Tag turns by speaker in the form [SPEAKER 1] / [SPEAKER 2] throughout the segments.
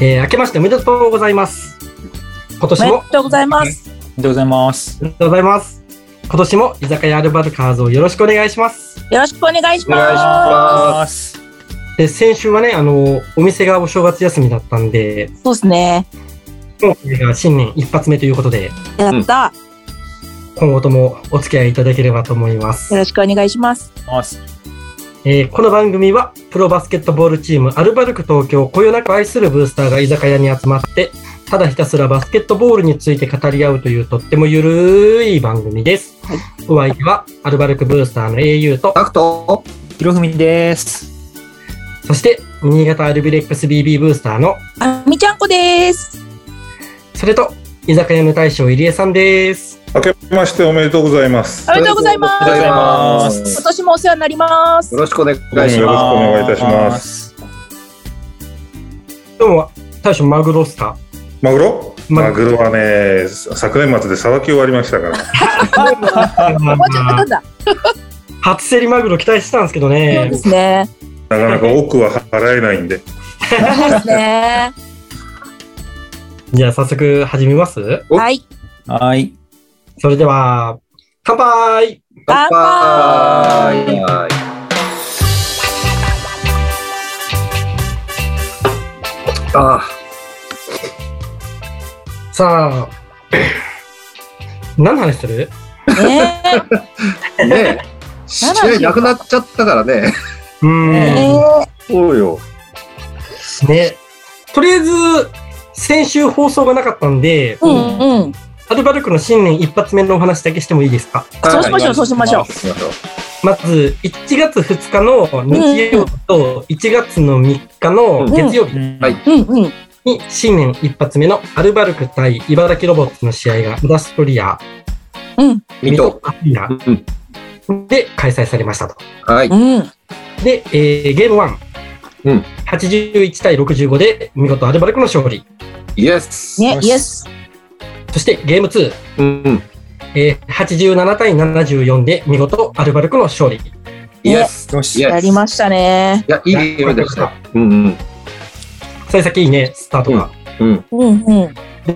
[SPEAKER 1] えー、明けましておめでとうございます。今年も、
[SPEAKER 2] とうございます。
[SPEAKER 3] りがとうございます。
[SPEAKER 1] おめでとうございます。今年も居酒屋アルバルカーズをよろしくお願いします。
[SPEAKER 2] よろしくお願いし
[SPEAKER 3] お願いします。
[SPEAKER 1] で、先週はね、あの、お店がお正月休みだったんで、
[SPEAKER 2] す。そうですね。
[SPEAKER 1] 今回が新年一発目ということで、
[SPEAKER 2] やった、
[SPEAKER 1] 今後ともお付き合いいただければと思います
[SPEAKER 2] よ。ろしくお願いします。
[SPEAKER 3] ます
[SPEAKER 1] えーこの番組はプロバスケットボールチームアルバルク東京をこよなく愛するブースターが居酒屋に集まってただひたすらバスケットボールについて語り合うというとってもゆるい番組です、
[SPEAKER 2] はい
[SPEAKER 1] お相手はアルバルクブースターの au と
[SPEAKER 4] タクト
[SPEAKER 3] ひろふみです。
[SPEAKER 1] そして新潟アルビレックス BB ブースターの
[SPEAKER 2] あみちゃんこです。
[SPEAKER 1] それと居酒屋の大将入江さんです
[SPEAKER 5] 明けましておめでとうございます
[SPEAKER 2] お。めでとうございます。
[SPEAKER 3] おめでとうございま
[SPEAKER 2] 今
[SPEAKER 3] す
[SPEAKER 2] 年もお世話になります
[SPEAKER 4] よ。ろしくお願いし
[SPEAKER 5] よろ
[SPEAKER 4] ま
[SPEAKER 5] しくお願いいたします。
[SPEAKER 3] す。
[SPEAKER 1] どうも大将マグロっす か
[SPEAKER 5] マグロ
[SPEAKER 1] マ
[SPEAKER 5] マ
[SPEAKER 1] グ
[SPEAKER 5] グロはね、昨年末でさばき終わりましたから。
[SPEAKER 2] もうちょっとなんだ。
[SPEAKER 1] 初競りマグロ期待してたんですけど
[SPEAKER 2] そう
[SPEAKER 1] ね
[SPEAKER 2] ですね。
[SPEAKER 5] なかなか奥は払えないんで。
[SPEAKER 2] そうですね。
[SPEAKER 1] じゃあ早速始めます
[SPEAKER 4] お
[SPEAKER 2] はい。
[SPEAKER 3] はい。
[SPEAKER 1] それでは乾杯
[SPEAKER 4] す。乾杯あ
[SPEAKER 1] さあ、何の話する
[SPEAKER 2] ね
[SPEAKER 4] あ、ねえ。試合なくなっちゃったからね。
[SPEAKER 1] うーんね
[SPEAKER 2] え。ね
[SPEAKER 4] そうよ。
[SPEAKER 1] とりあえず、先週放送がなかったんで、
[SPEAKER 2] えうんうん。
[SPEAKER 1] アルバルクの新年一発目のお話だけしてもいいですか
[SPEAKER 2] そうしましょう、そうしましょう。
[SPEAKER 4] しましょう。
[SPEAKER 1] まず、1月2日の日曜日と1月の3日の月曜日
[SPEAKER 4] はい
[SPEAKER 2] うんうん。
[SPEAKER 1] に新年一発目のアルバルク対茨城ロボッツの試合がブラストリア、
[SPEAKER 2] うん
[SPEAKER 4] 水戸。
[SPEAKER 1] アリーナ
[SPEAKER 4] うん
[SPEAKER 1] で開催されましたと。
[SPEAKER 4] はい。
[SPEAKER 2] うん。
[SPEAKER 1] で、えーゲーム1、
[SPEAKER 4] うん
[SPEAKER 1] 81対65で見事アルバルクの勝利。
[SPEAKER 4] イエス。
[SPEAKER 2] ね、イエス。
[SPEAKER 1] そしてゲーム2、
[SPEAKER 4] うん。
[SPEAKER 1] えー、87対74で見事アルバルクの勝利。
[SPEAKER 4] イエス。
[SPEAKER 3] よし
[SPEAKER 4] イエス。
[SPEAKER 2] やりましたね。
[SPEAKER 4] いや、いいゲームでした。うんうん。
[SPEAKER 1] 幸先いいね、スタートが。
[SPEAKER 4] うん。
[SPEAKER 2] うんうん。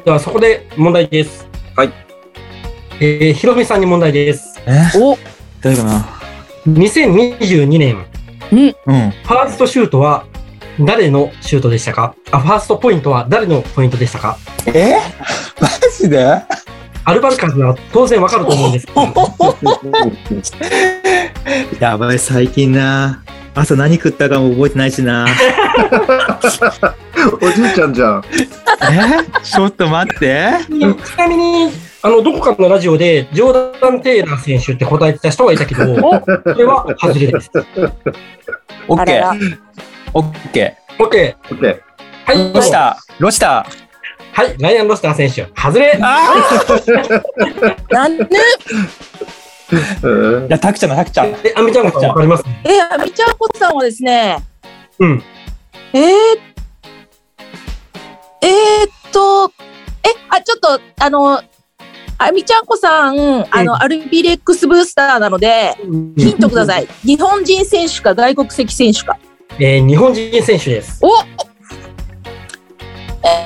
[SPEAKER 1] ではそこで問題です。
[SPEAKER 4] はい。
[SPEAKER 1] えー、ひろみさんに問題です。
[SPEAKER 3] え
[SPEAKER 2] お、
[SPEAKER 3] 大丈夫か
[SPEAKER 1] 2022年、
[SPEAKER 3] なうん。
[SPEAKER 1] ファーストシュートは誰のシュートでしたかあ、ファーストポイントは誰のポイントでしたか
[SPEAKER 3] えマジで
[SPEAKER 1] アルバルカーズは当然わかると思うんですけど、
[SPEAKER 6] やばい、最近な。朝何食ったかも覚えてないしな。
[SPEAKER 4] おじいちゃんじゃん。
[SPEAKER 6] えちょっと待って。
[SPEAKER 1] ちなみに、あの、どこかのラジオで、ジョーダン・テイラー選手って答えてた人がいたけど、これは外れです。
[SPEAKER 3] オ
[SPEAKER 2] あ
[SPEAKER 3] ッ
[SPEAKER 2] ら
[SPEAKER 3] ケ
[SPEAKER 2] ら
[SPEAKER 3] ー。。オッケ
[SPEAKER 1] OK。
[SPEAKER 4] オッケー。
[SPEAKER 1] はい、
[SPEAKER 3] ー。ロシター。ロシター。
[SPEAKER 1] はい、ライアン・ロスター選手、外れ
[SPEAKER 3] ああ
[SPEAKER 2] なんで、
[SPEAKER 4] うん
[SPEAKER 3] いや、タクちゃんのタク ちゃん。
[SPEAKER 1] え、アミちゃんもわかります
[SPEAKER 2] えー、あみちゃんこさんはですね、
[SPEAKER 1] うん。
[SPEAKER 2] えー、えー、っと、え、あ、ちょっと、あの、あみちゃんこさん、あの、アルビレックスブースターなので、ヒントください。日本人選手か外国籍選手か。
[SPEAKER 1] えー日本人選手です。
[SPEAKER 2] お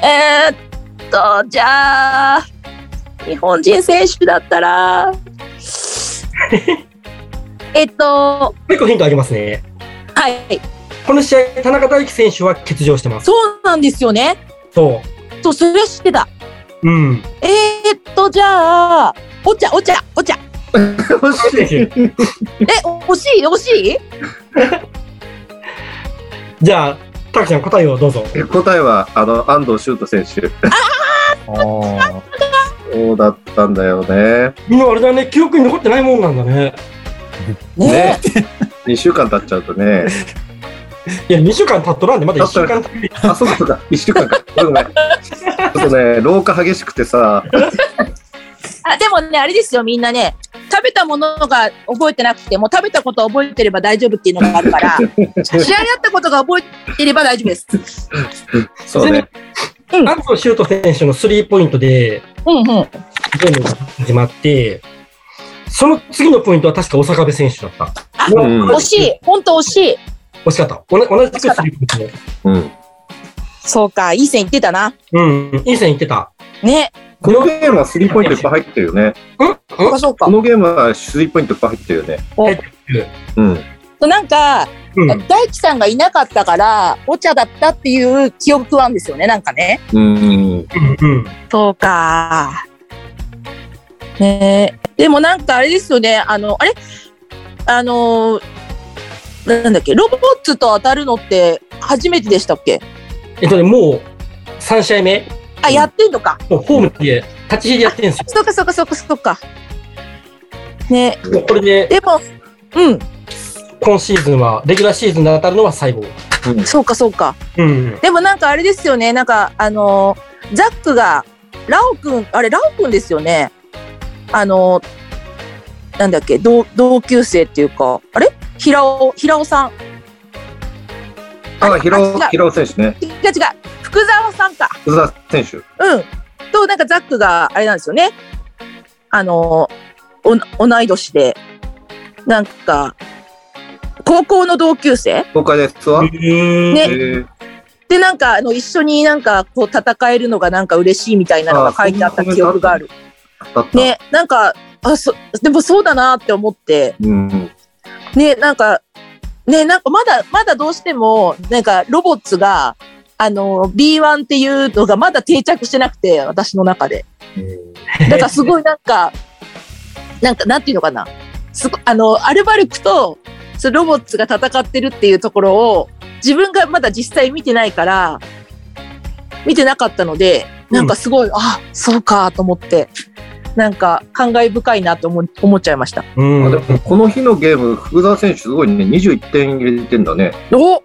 [SPEAKER 2] えー、っと、じゃあ、日本人選手だったら、えっと、
[SPEAKER 1] 結構ヒントありますね。
[SPEAKER 2] はい、
[SPEAKER 1] この試合、田中大輝選手は欠場してます。
[SPEAKER 2] そうなんですよね。
[SPEAKER 1] そ
[SPEAKER 2] と、それ知ってた。
[SPEAKER 1] う。うん。
[SPEAKER 2] えー、っと、じゃあ、お茶、お茶、お 茶。
[SPEAKER 4] 惜し
[SPEAKER 2] え、
[SPEAKER 4] い。
[SPEAKER 2] 惜しい、惜しい
[SPEAKER 1] じゃあ、タクちゃん答えをどうぞ。
[SPEAKER 4] 答えは、あの、安藤修斗選手。
[SPEAKER 3] おー
[SPEAKER 4] そうだったんだよね。
[SPEAKER 1] みんなあれだね、記憶に残ってないもんなんだね。
[SPEAKER 2] ね
[SPEAKER 4] 2週間経っちゃう とね。
[SPEAKER 1] いや、2週間経っとらんで、まだ1週間経って
[SPEAKER 4] あ、そうかそうか。1週間か。ごめんごめんちょっとね、老化激しくてさ。
[SPEAKER 2] あ、でもね、あれですよ、みんなね。食べたものが覚えてなくても、食べたことを覚えてれば大丈夫っていうのがあるから、試合やったことが覚えてれば大丈夫です。
[SPEAKER 4] そうね。
[SPEAKER 2] うん
[SPEAKER 1] 安藤修斗選手のスリーポイントで、
[SPEAKER 2] うんうん。
[SPEAKER 1] ゲームが始まって、その次のポイントは確か大阪部選手だった。
[SPEAKER 2] あ、
[SPEAKER 4] うん
[SPEAKER 2] 惜しい、本当惜しい。
[SPEAKER 1] 惜しかった。おな同じくスリーポイントで
[SPEAKER 4] うん。
[SPEAKER 2] そうか、いい線いってたな。
[SPEAKER 1] うん、いい線いってた。
[SPEAKER 2] ね。
[SPEAKER 4] このゲームはスリーポイントいっぱい入ってるよね。
[SPEAKER 2] そうか、そうか
[SPEAKER 4] こ。のゲームはスリーポイントいっぱい入ってるよね。
[SPEAKER 2] お
[SPEAKER 1] え
[SPEAKER 4] うん。
[SPEAKER 2] そうなんか、
[SPEAKER 1] うん、
[SPEAKER 2] 大輝さんがいなかったから、お茶だったっていう記憶はあるんですよね、なんかね。
[SPEAKER 4] うん。
[SPEAKER 1] うん、
[SPEAKER 2] そうか。ねえでもなんかあれですよね、あの、あれあの、なんだっけ、ロボッツと当たるのって初めてでしたっけ
[SPEAKER 1] えっとね、もう3試合目、
[SPEAKER 2] あ、やってんのか。
[SPEAKER 1] もうホームで立ち入りやってるんですよ。
[SPEAKER 2] そうか、そうか、そうか、そうか。ね
[SPEAKER 1] もうこれで
[SPEAKER 2] でも、うん、
[SPEAKER 1] 今シーズンは、レギュラーシーズンで当たるのは最後。
[SPEAKER 2] そうか、そうか。
[SPEAKER 1] うん、
[SPEAKER 2] でもなんかあれですよね、なんかあのーザックが、ラオくん、あれ、ラオくんですよね。あのーなんだっけ、同同級生っていうか、あれ平尾、平尾さん。
[SPEAKER 4] あ、平尾
[SPEAKER 2] あ、違
[SPEAKER 4] 平尾選手ね。
[SPEAKER 2] う、違う、違う。福沢さんか。
[SPEAKER 4] 福田選手。
[SPEAKER 2] うん。と、なんかザックが、あれなんですよね。あのーお、同い年で、なんか、高校の同級生
[SPEAKER 4] 東海大ツアー
[SPEAKER 2] ね
[SPEAKER 4] えー
[SPEAKER 2] で、なんか、あの、一緒になんか、こう、戦えるのがなんか嬉しいみたいなのが書いてあった記憶がある。
[SPEAKER 4] 当たった。
[SPEAKER 2] ね、なんか、あ、そ、でもそうだなって思って、
[SPEAKER 4] うん。
[SPEAKER 2] ね、なんか、ね、なんかまだ、まだどうしても、なんかロボッツが、あの、B1 っていうのがまだ定着してなくて、私の中で。 だからすごいなんか、なんか、なんていうのかな。すごあの、アルバルクと、そのロボッツが戦ってるっていうところを、自分がまだ実際見てないから、見てなかったので、なんかすごい、あ、そうかと思って、なんか感慨深いなと思思っちゃいました。
[SPEAKER 1] うん
[SPEAKER 4] あでもこの日のゲーム、福田選手すごいね、21点入れてんだね。
[SPEAKER 2] お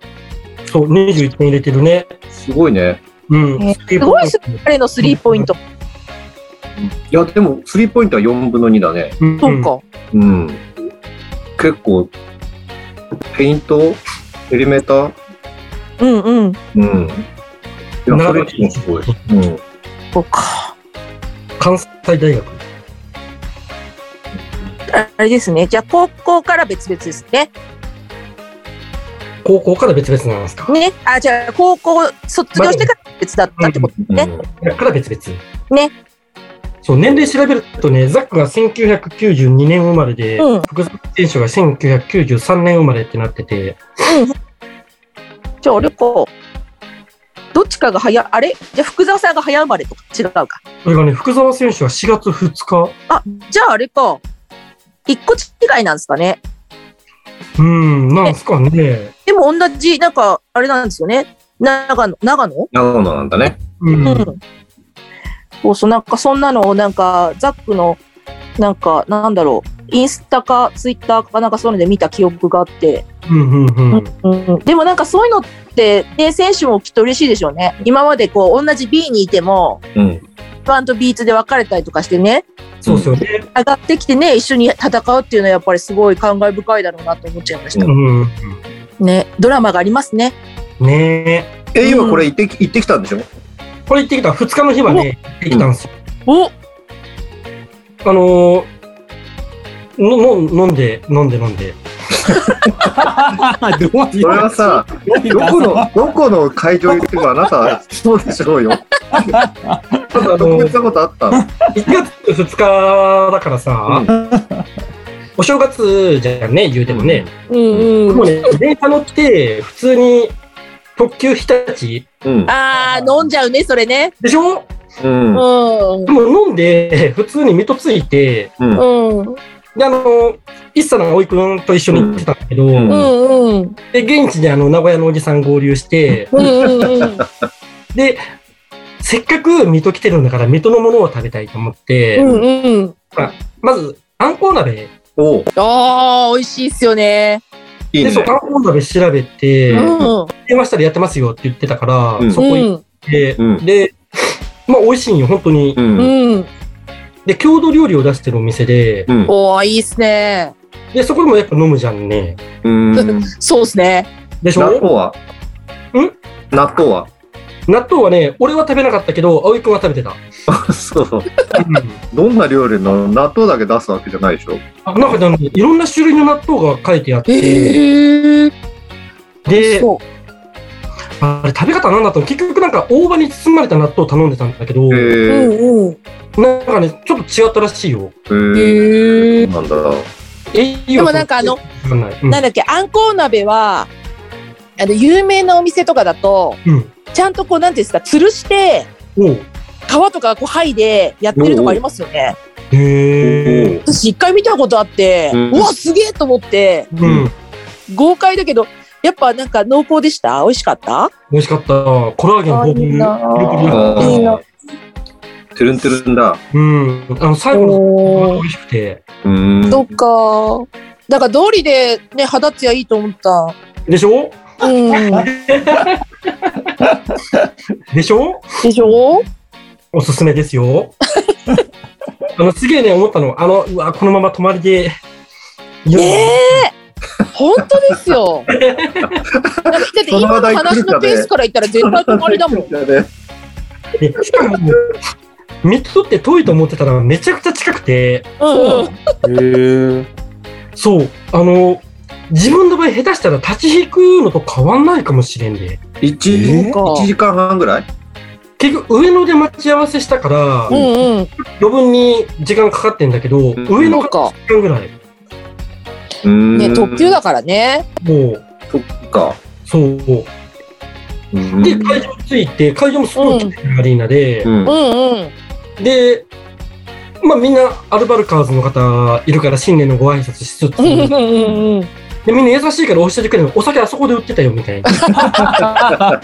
[SPEAKER 1] そう、21点入れてるね。
[SPEAKER 4] すごいね。
[SPEAKER 1] うん、
[SPEAKER 2] ね
[SPEAKER 1] す
[SPEAKER 2] ごいです彼のスリーポイント。
[SPEAKER 4] いや、でも、スリーポイントは4分の2だね。
[SPEAKER 1] うん
[SPEAKER 2] そうか。
[SPEAKER 4] うん。結構、ペイントエリメーター
[SPEAKER 2] うんうん。
[SPEAKER 4] うん。いや、それ
[SPEAKER 1] 長
[SPEAKER 4] もすごい。うん。
[SPEAKER 2] そうか。
[SPEAKER 1] 関西大学。
[SPEAKER 2] あれですね。じゃあ、高校から別々ですね。
[SPEAKER 1] 高校から別々なんですか。
[SPEAKER 2] ね。あ、じゃあ、高校卒業してから別だったってこと。ね
[SPEAKER 4] うん
[SPEAKER 1] から別々。
[SPEAKER 2] ね。
[SPEAKER 1] そう、年齢調べるとね、ザックが1992年生まれで、
[SPEAKER 2] うん
[SPEAKER 1] 福沢選手が1993年生まれってなってて、
[SPEAKER 2] じゃあ、あれか。どっちかが早、あれじゃあ、福沢さんが早生まれとか違うか。
[SPEAKER 1] それがね、福沢選手は4月2日。
[SPEAKER 2] あ、じゃあ、あれか。一個違いなんですかね。
[SPEAKER 1] うん、なんすかね。
[SPEAKER 2] でも、同じ、なんか、あれなんですよね。長野、長野
[SPEAKER 4] 長野なんだね。
[SPEAKER 1] うん。
[SPEAKER 2] うんそうそう、なんかそんなのを、なんか、ザックの、なんか、なんだろう、インスタかツイッターかなんかそういうので見た記憶があって、
[SPEAKER 1] うん、うん、うん。
[SPEAKER 2] うんでもなんかそういうのって、ね、選手もきっと嬉しいでしょうね。今までこう、同じ B にいても、
[SPEAKER 4] うん。
[SPEAKER 2] 1と B2 で分かれたりとかしてね、
[SPEAKER 1] そうですよね。
[SPEAKER 2] 上がってきてね、一緒に戦うっていうのはやっぱりすごい感慨深いだろうなと思っちゃいました。
[SPEAKER 1] うん。
[SPEAKER 2] ね、ドラマがありますね。
[SPEAKER 1] ねえ。
[SPEAKER 4] え、今これ行ってき、行ってきたんでしょ
[SPEAKER 1] これ行ってきた、2日の日はね、行ってきたんですよ。
[SPEAKER 2] お
[SPEAKER 1] あのー、のの飲んで、飲んで、飲んで。
[SPEAKER 6] どう
[SPEAKER 4] それはさ、どこの、どこの会場行ってもあなた、そうでしょ うよ。
[SPEAKER 1] ただ、あ
[SPEAKER 4] 特
[SPEAKER 1] の
[SPEAKER 4] 別なことあった
[SPEAKER 1] 1月2日だからさ、お正月じゃんね、言うてもね。
[SPEAKER 2] うん
[SPEAKER 1] で
[SPEAKER 2] うん。
[SPEAKER 1] もね、電車乗って、普通に特急日立
[SPEAKER 4] うん。
[SPEAKER 2] あー、飲んじゃうね、それね。
[SPEAKER 1] でしょ
[SPEAKER 4] うん。うん。
[SPEAKER 2] うん
[SPEAKER 1] で。も飲んで、普通に水戸ついて、
[SPEAKER 4] うん。
[SPEAKER 2] うん。
[SPEAKER 1] で、あの、一茶の葵くんと一緒に行ってたんだけど、
[SPEAKER 4] うん
[SPEAKER 2] うんうん。
[SPEAKER 1] で、現地であの、名古屋のおじさん合流して、
[SPEAKER 2] うんうんうん。
[SPEAKER 1] で、せっかく水戸来てるんだから、水戸のものを食べたいと思って、
[SPEAKER 2] うんうん。
[SPEAKER 1] まず、あんこう鍋。
[SPEAKER 4] おう
[SPEAKER 2] ああ、美味しいっすよね。
[SPEAKER 4] いい
[SPEAKER 1] で、
[SPEAKER 4] ね
[SPEAKER 1] そう、。あんこう鍋調べて、
[SPEAKER 2] う
[SPEAKER 1] 電
[SPEAKER 2] ん。
[SPEAKER 1] 話したらやってますよって言ってたから、
[SPEAKER 4] うん
[SPEAKER 1] そこ行って、
[SPEAKER 4] うん
[SPEAKER 1] で、まあ、美味しいんよ、本当に。
[SPEAKER 4] う。
[SPEAKER 2] うんん。うん。
[SPEAKER 1] で、郷土料理を出してるお店で、
[SPEAKER 4] うん。
[SPEAKER 2] おー、いいっすね。
[SPEAKER 1] で、そこでもやっぱ飲むじゃんね。
[SPEAKER 4] うん。納
[SPEAKER 2] そうっすね。
[SPEAKER 1] でし
[SPEAKER 4] 豆
[SPEAKER 1] ょ
[SPEAKER 4] は納豆は
[SPEAKER 1] 納豆はね、俺は食べなかったけど、葵くんは食べてた。
[SPEAKER 4] そう。
[SPEAKER 1] うん
[SPEAKER 4] どんな料理の納豆だけ出すわけじゃないでしょ
[SPEAKER 1] あなんかね、いろんな種類の納豆が書いてあって、
[SPEAKER 2] ええ。
[SPEAKER 1] で、
[SPEAKER 2] そう。
[SPEAKER 1] あれ食べ方なんだったの結局なんか大葉に包まれた納豆を頼んでたんだけど、
[SPEAKER 4] えー、
[SPEAKER 2] おう
[SPEAKER 1] なんかね、ちょっと違ったらしいよ。
[SPEAKER 4] え
[SPEAKER 2] おう
[SPEAKER 4] ー、
[SPEAKER 2] へえ。
[SPEAKER 4] なんだ。
[SPEAKER 1] 栄養
[SPEAKER 2] でもなんかあの
[SPEAKER 1] わかんない。うん
[SPEAKER 2] なんだっけ、あんこう鍋は、あの、有名なお店とかだと、
[SPEAKER 1] うん。
[SPEAKER 2] ちゃんとこう、なんていうんですか、吊るして、
[SPEAKER 1] おう
[SPEAKER 2] 皮とかこう剥いでやってるとこありますよね。
[SPEAKER 1] へえ。
[SPEAKER 2] 私一回見たことあって、
[SPEAKER 4] うん
[SPEAKER 2] うわ、すげえと思って、
[SPEAKER 1] うん。
[SPEAKER 2] 豪快だけど、やっぱなんか濃厚でした美味しかった
[SPEAKER 1] 美味しかった。コラーゲン
[SPEAKER 2] あ
[SPEAKER 1] 豊
[SPEAKER 2] いいな
[SPEAKER 1] 富。
[SPEAKER 4] あー
[SPEAKER 2] いいな。
[SPEAKER 4] てるんてるんだ。
[SPEAKER 1] うん。あの、最後の
[SPEAKER 2] お
[SPEAKER 1] 美味しくて。
[SPEAKER 4] うーん。
[SPEAKER 2] そっか。だから通りでね、肌ツヤいいと思った。
[SPEAKER 1] でしょ
[SPEAKER 2] うん。
[SPEAKER 1] でしょ
[SPEAKER 2] でしょ
[SPEAKER 1] おすすめです よ。あの、すげえね、思ったの。あの、うわ、このまま泊まりで。いや
[SPEAKER 2] ええ本当です よ。だって今の話のペースから言ったら絶対止まりだもん。
[SPEAKER 1] でしかも、水戸って遠いと思ってたらめちゃくちゃ近くて、
[SPEAKER 2] うんうん。
[SPEAKER 3] へえ。
[SPEAKER 1] そう、あの、自分の場合下手したら立ち引くのと変わんないかもしれんで。
[SPEAKER 4] 一
[SPEAKER 2] えー
[SPEAKER 4] 一時間半ぐらい
[SPEAKER 1] 結局、上野で待ち合わせしたから、
[SPEAKER 2] うんうん。
[SPEAKER 1] 余分に時間かかってんだけど、
[SPEAKER 4] ん
[SPEAKER 1] 上
[SPEAKER 2] そ
[SPEAKER 1] 野
[SPEAKER 2] う
[SPEAKER 1] か
[SPEAKER 2] か。
[SPEAKER 1] ら1時間ぐらい。
[SPEAKER 2] ね、
[SPEAKER 4] ね
[SPEAKER 2] 特急だからね。
[SPEAKER 1] もう、
[SPEAKER 4] そっか。
[SPEAKER 1] そう。
[SPEAKER 4] うん
[SPEAKER 1] で、会場着いて、会場もすごい綺麗なアリーナで
[SPEAKER 4] う、ん
[SPEAKER 2] う。んうん。
[SPEAKER 1] で、まあみんなアルバルカーズの方いるから新年のご挨拶し つつ、
[SPEAKER 2] うん
[SPEAKER 1] で
[SPEAKER 2] うんうん。
[SPEAKER 1] みんな優しいから教えてくれるお酒あそこで売ってたよみたいな。 あ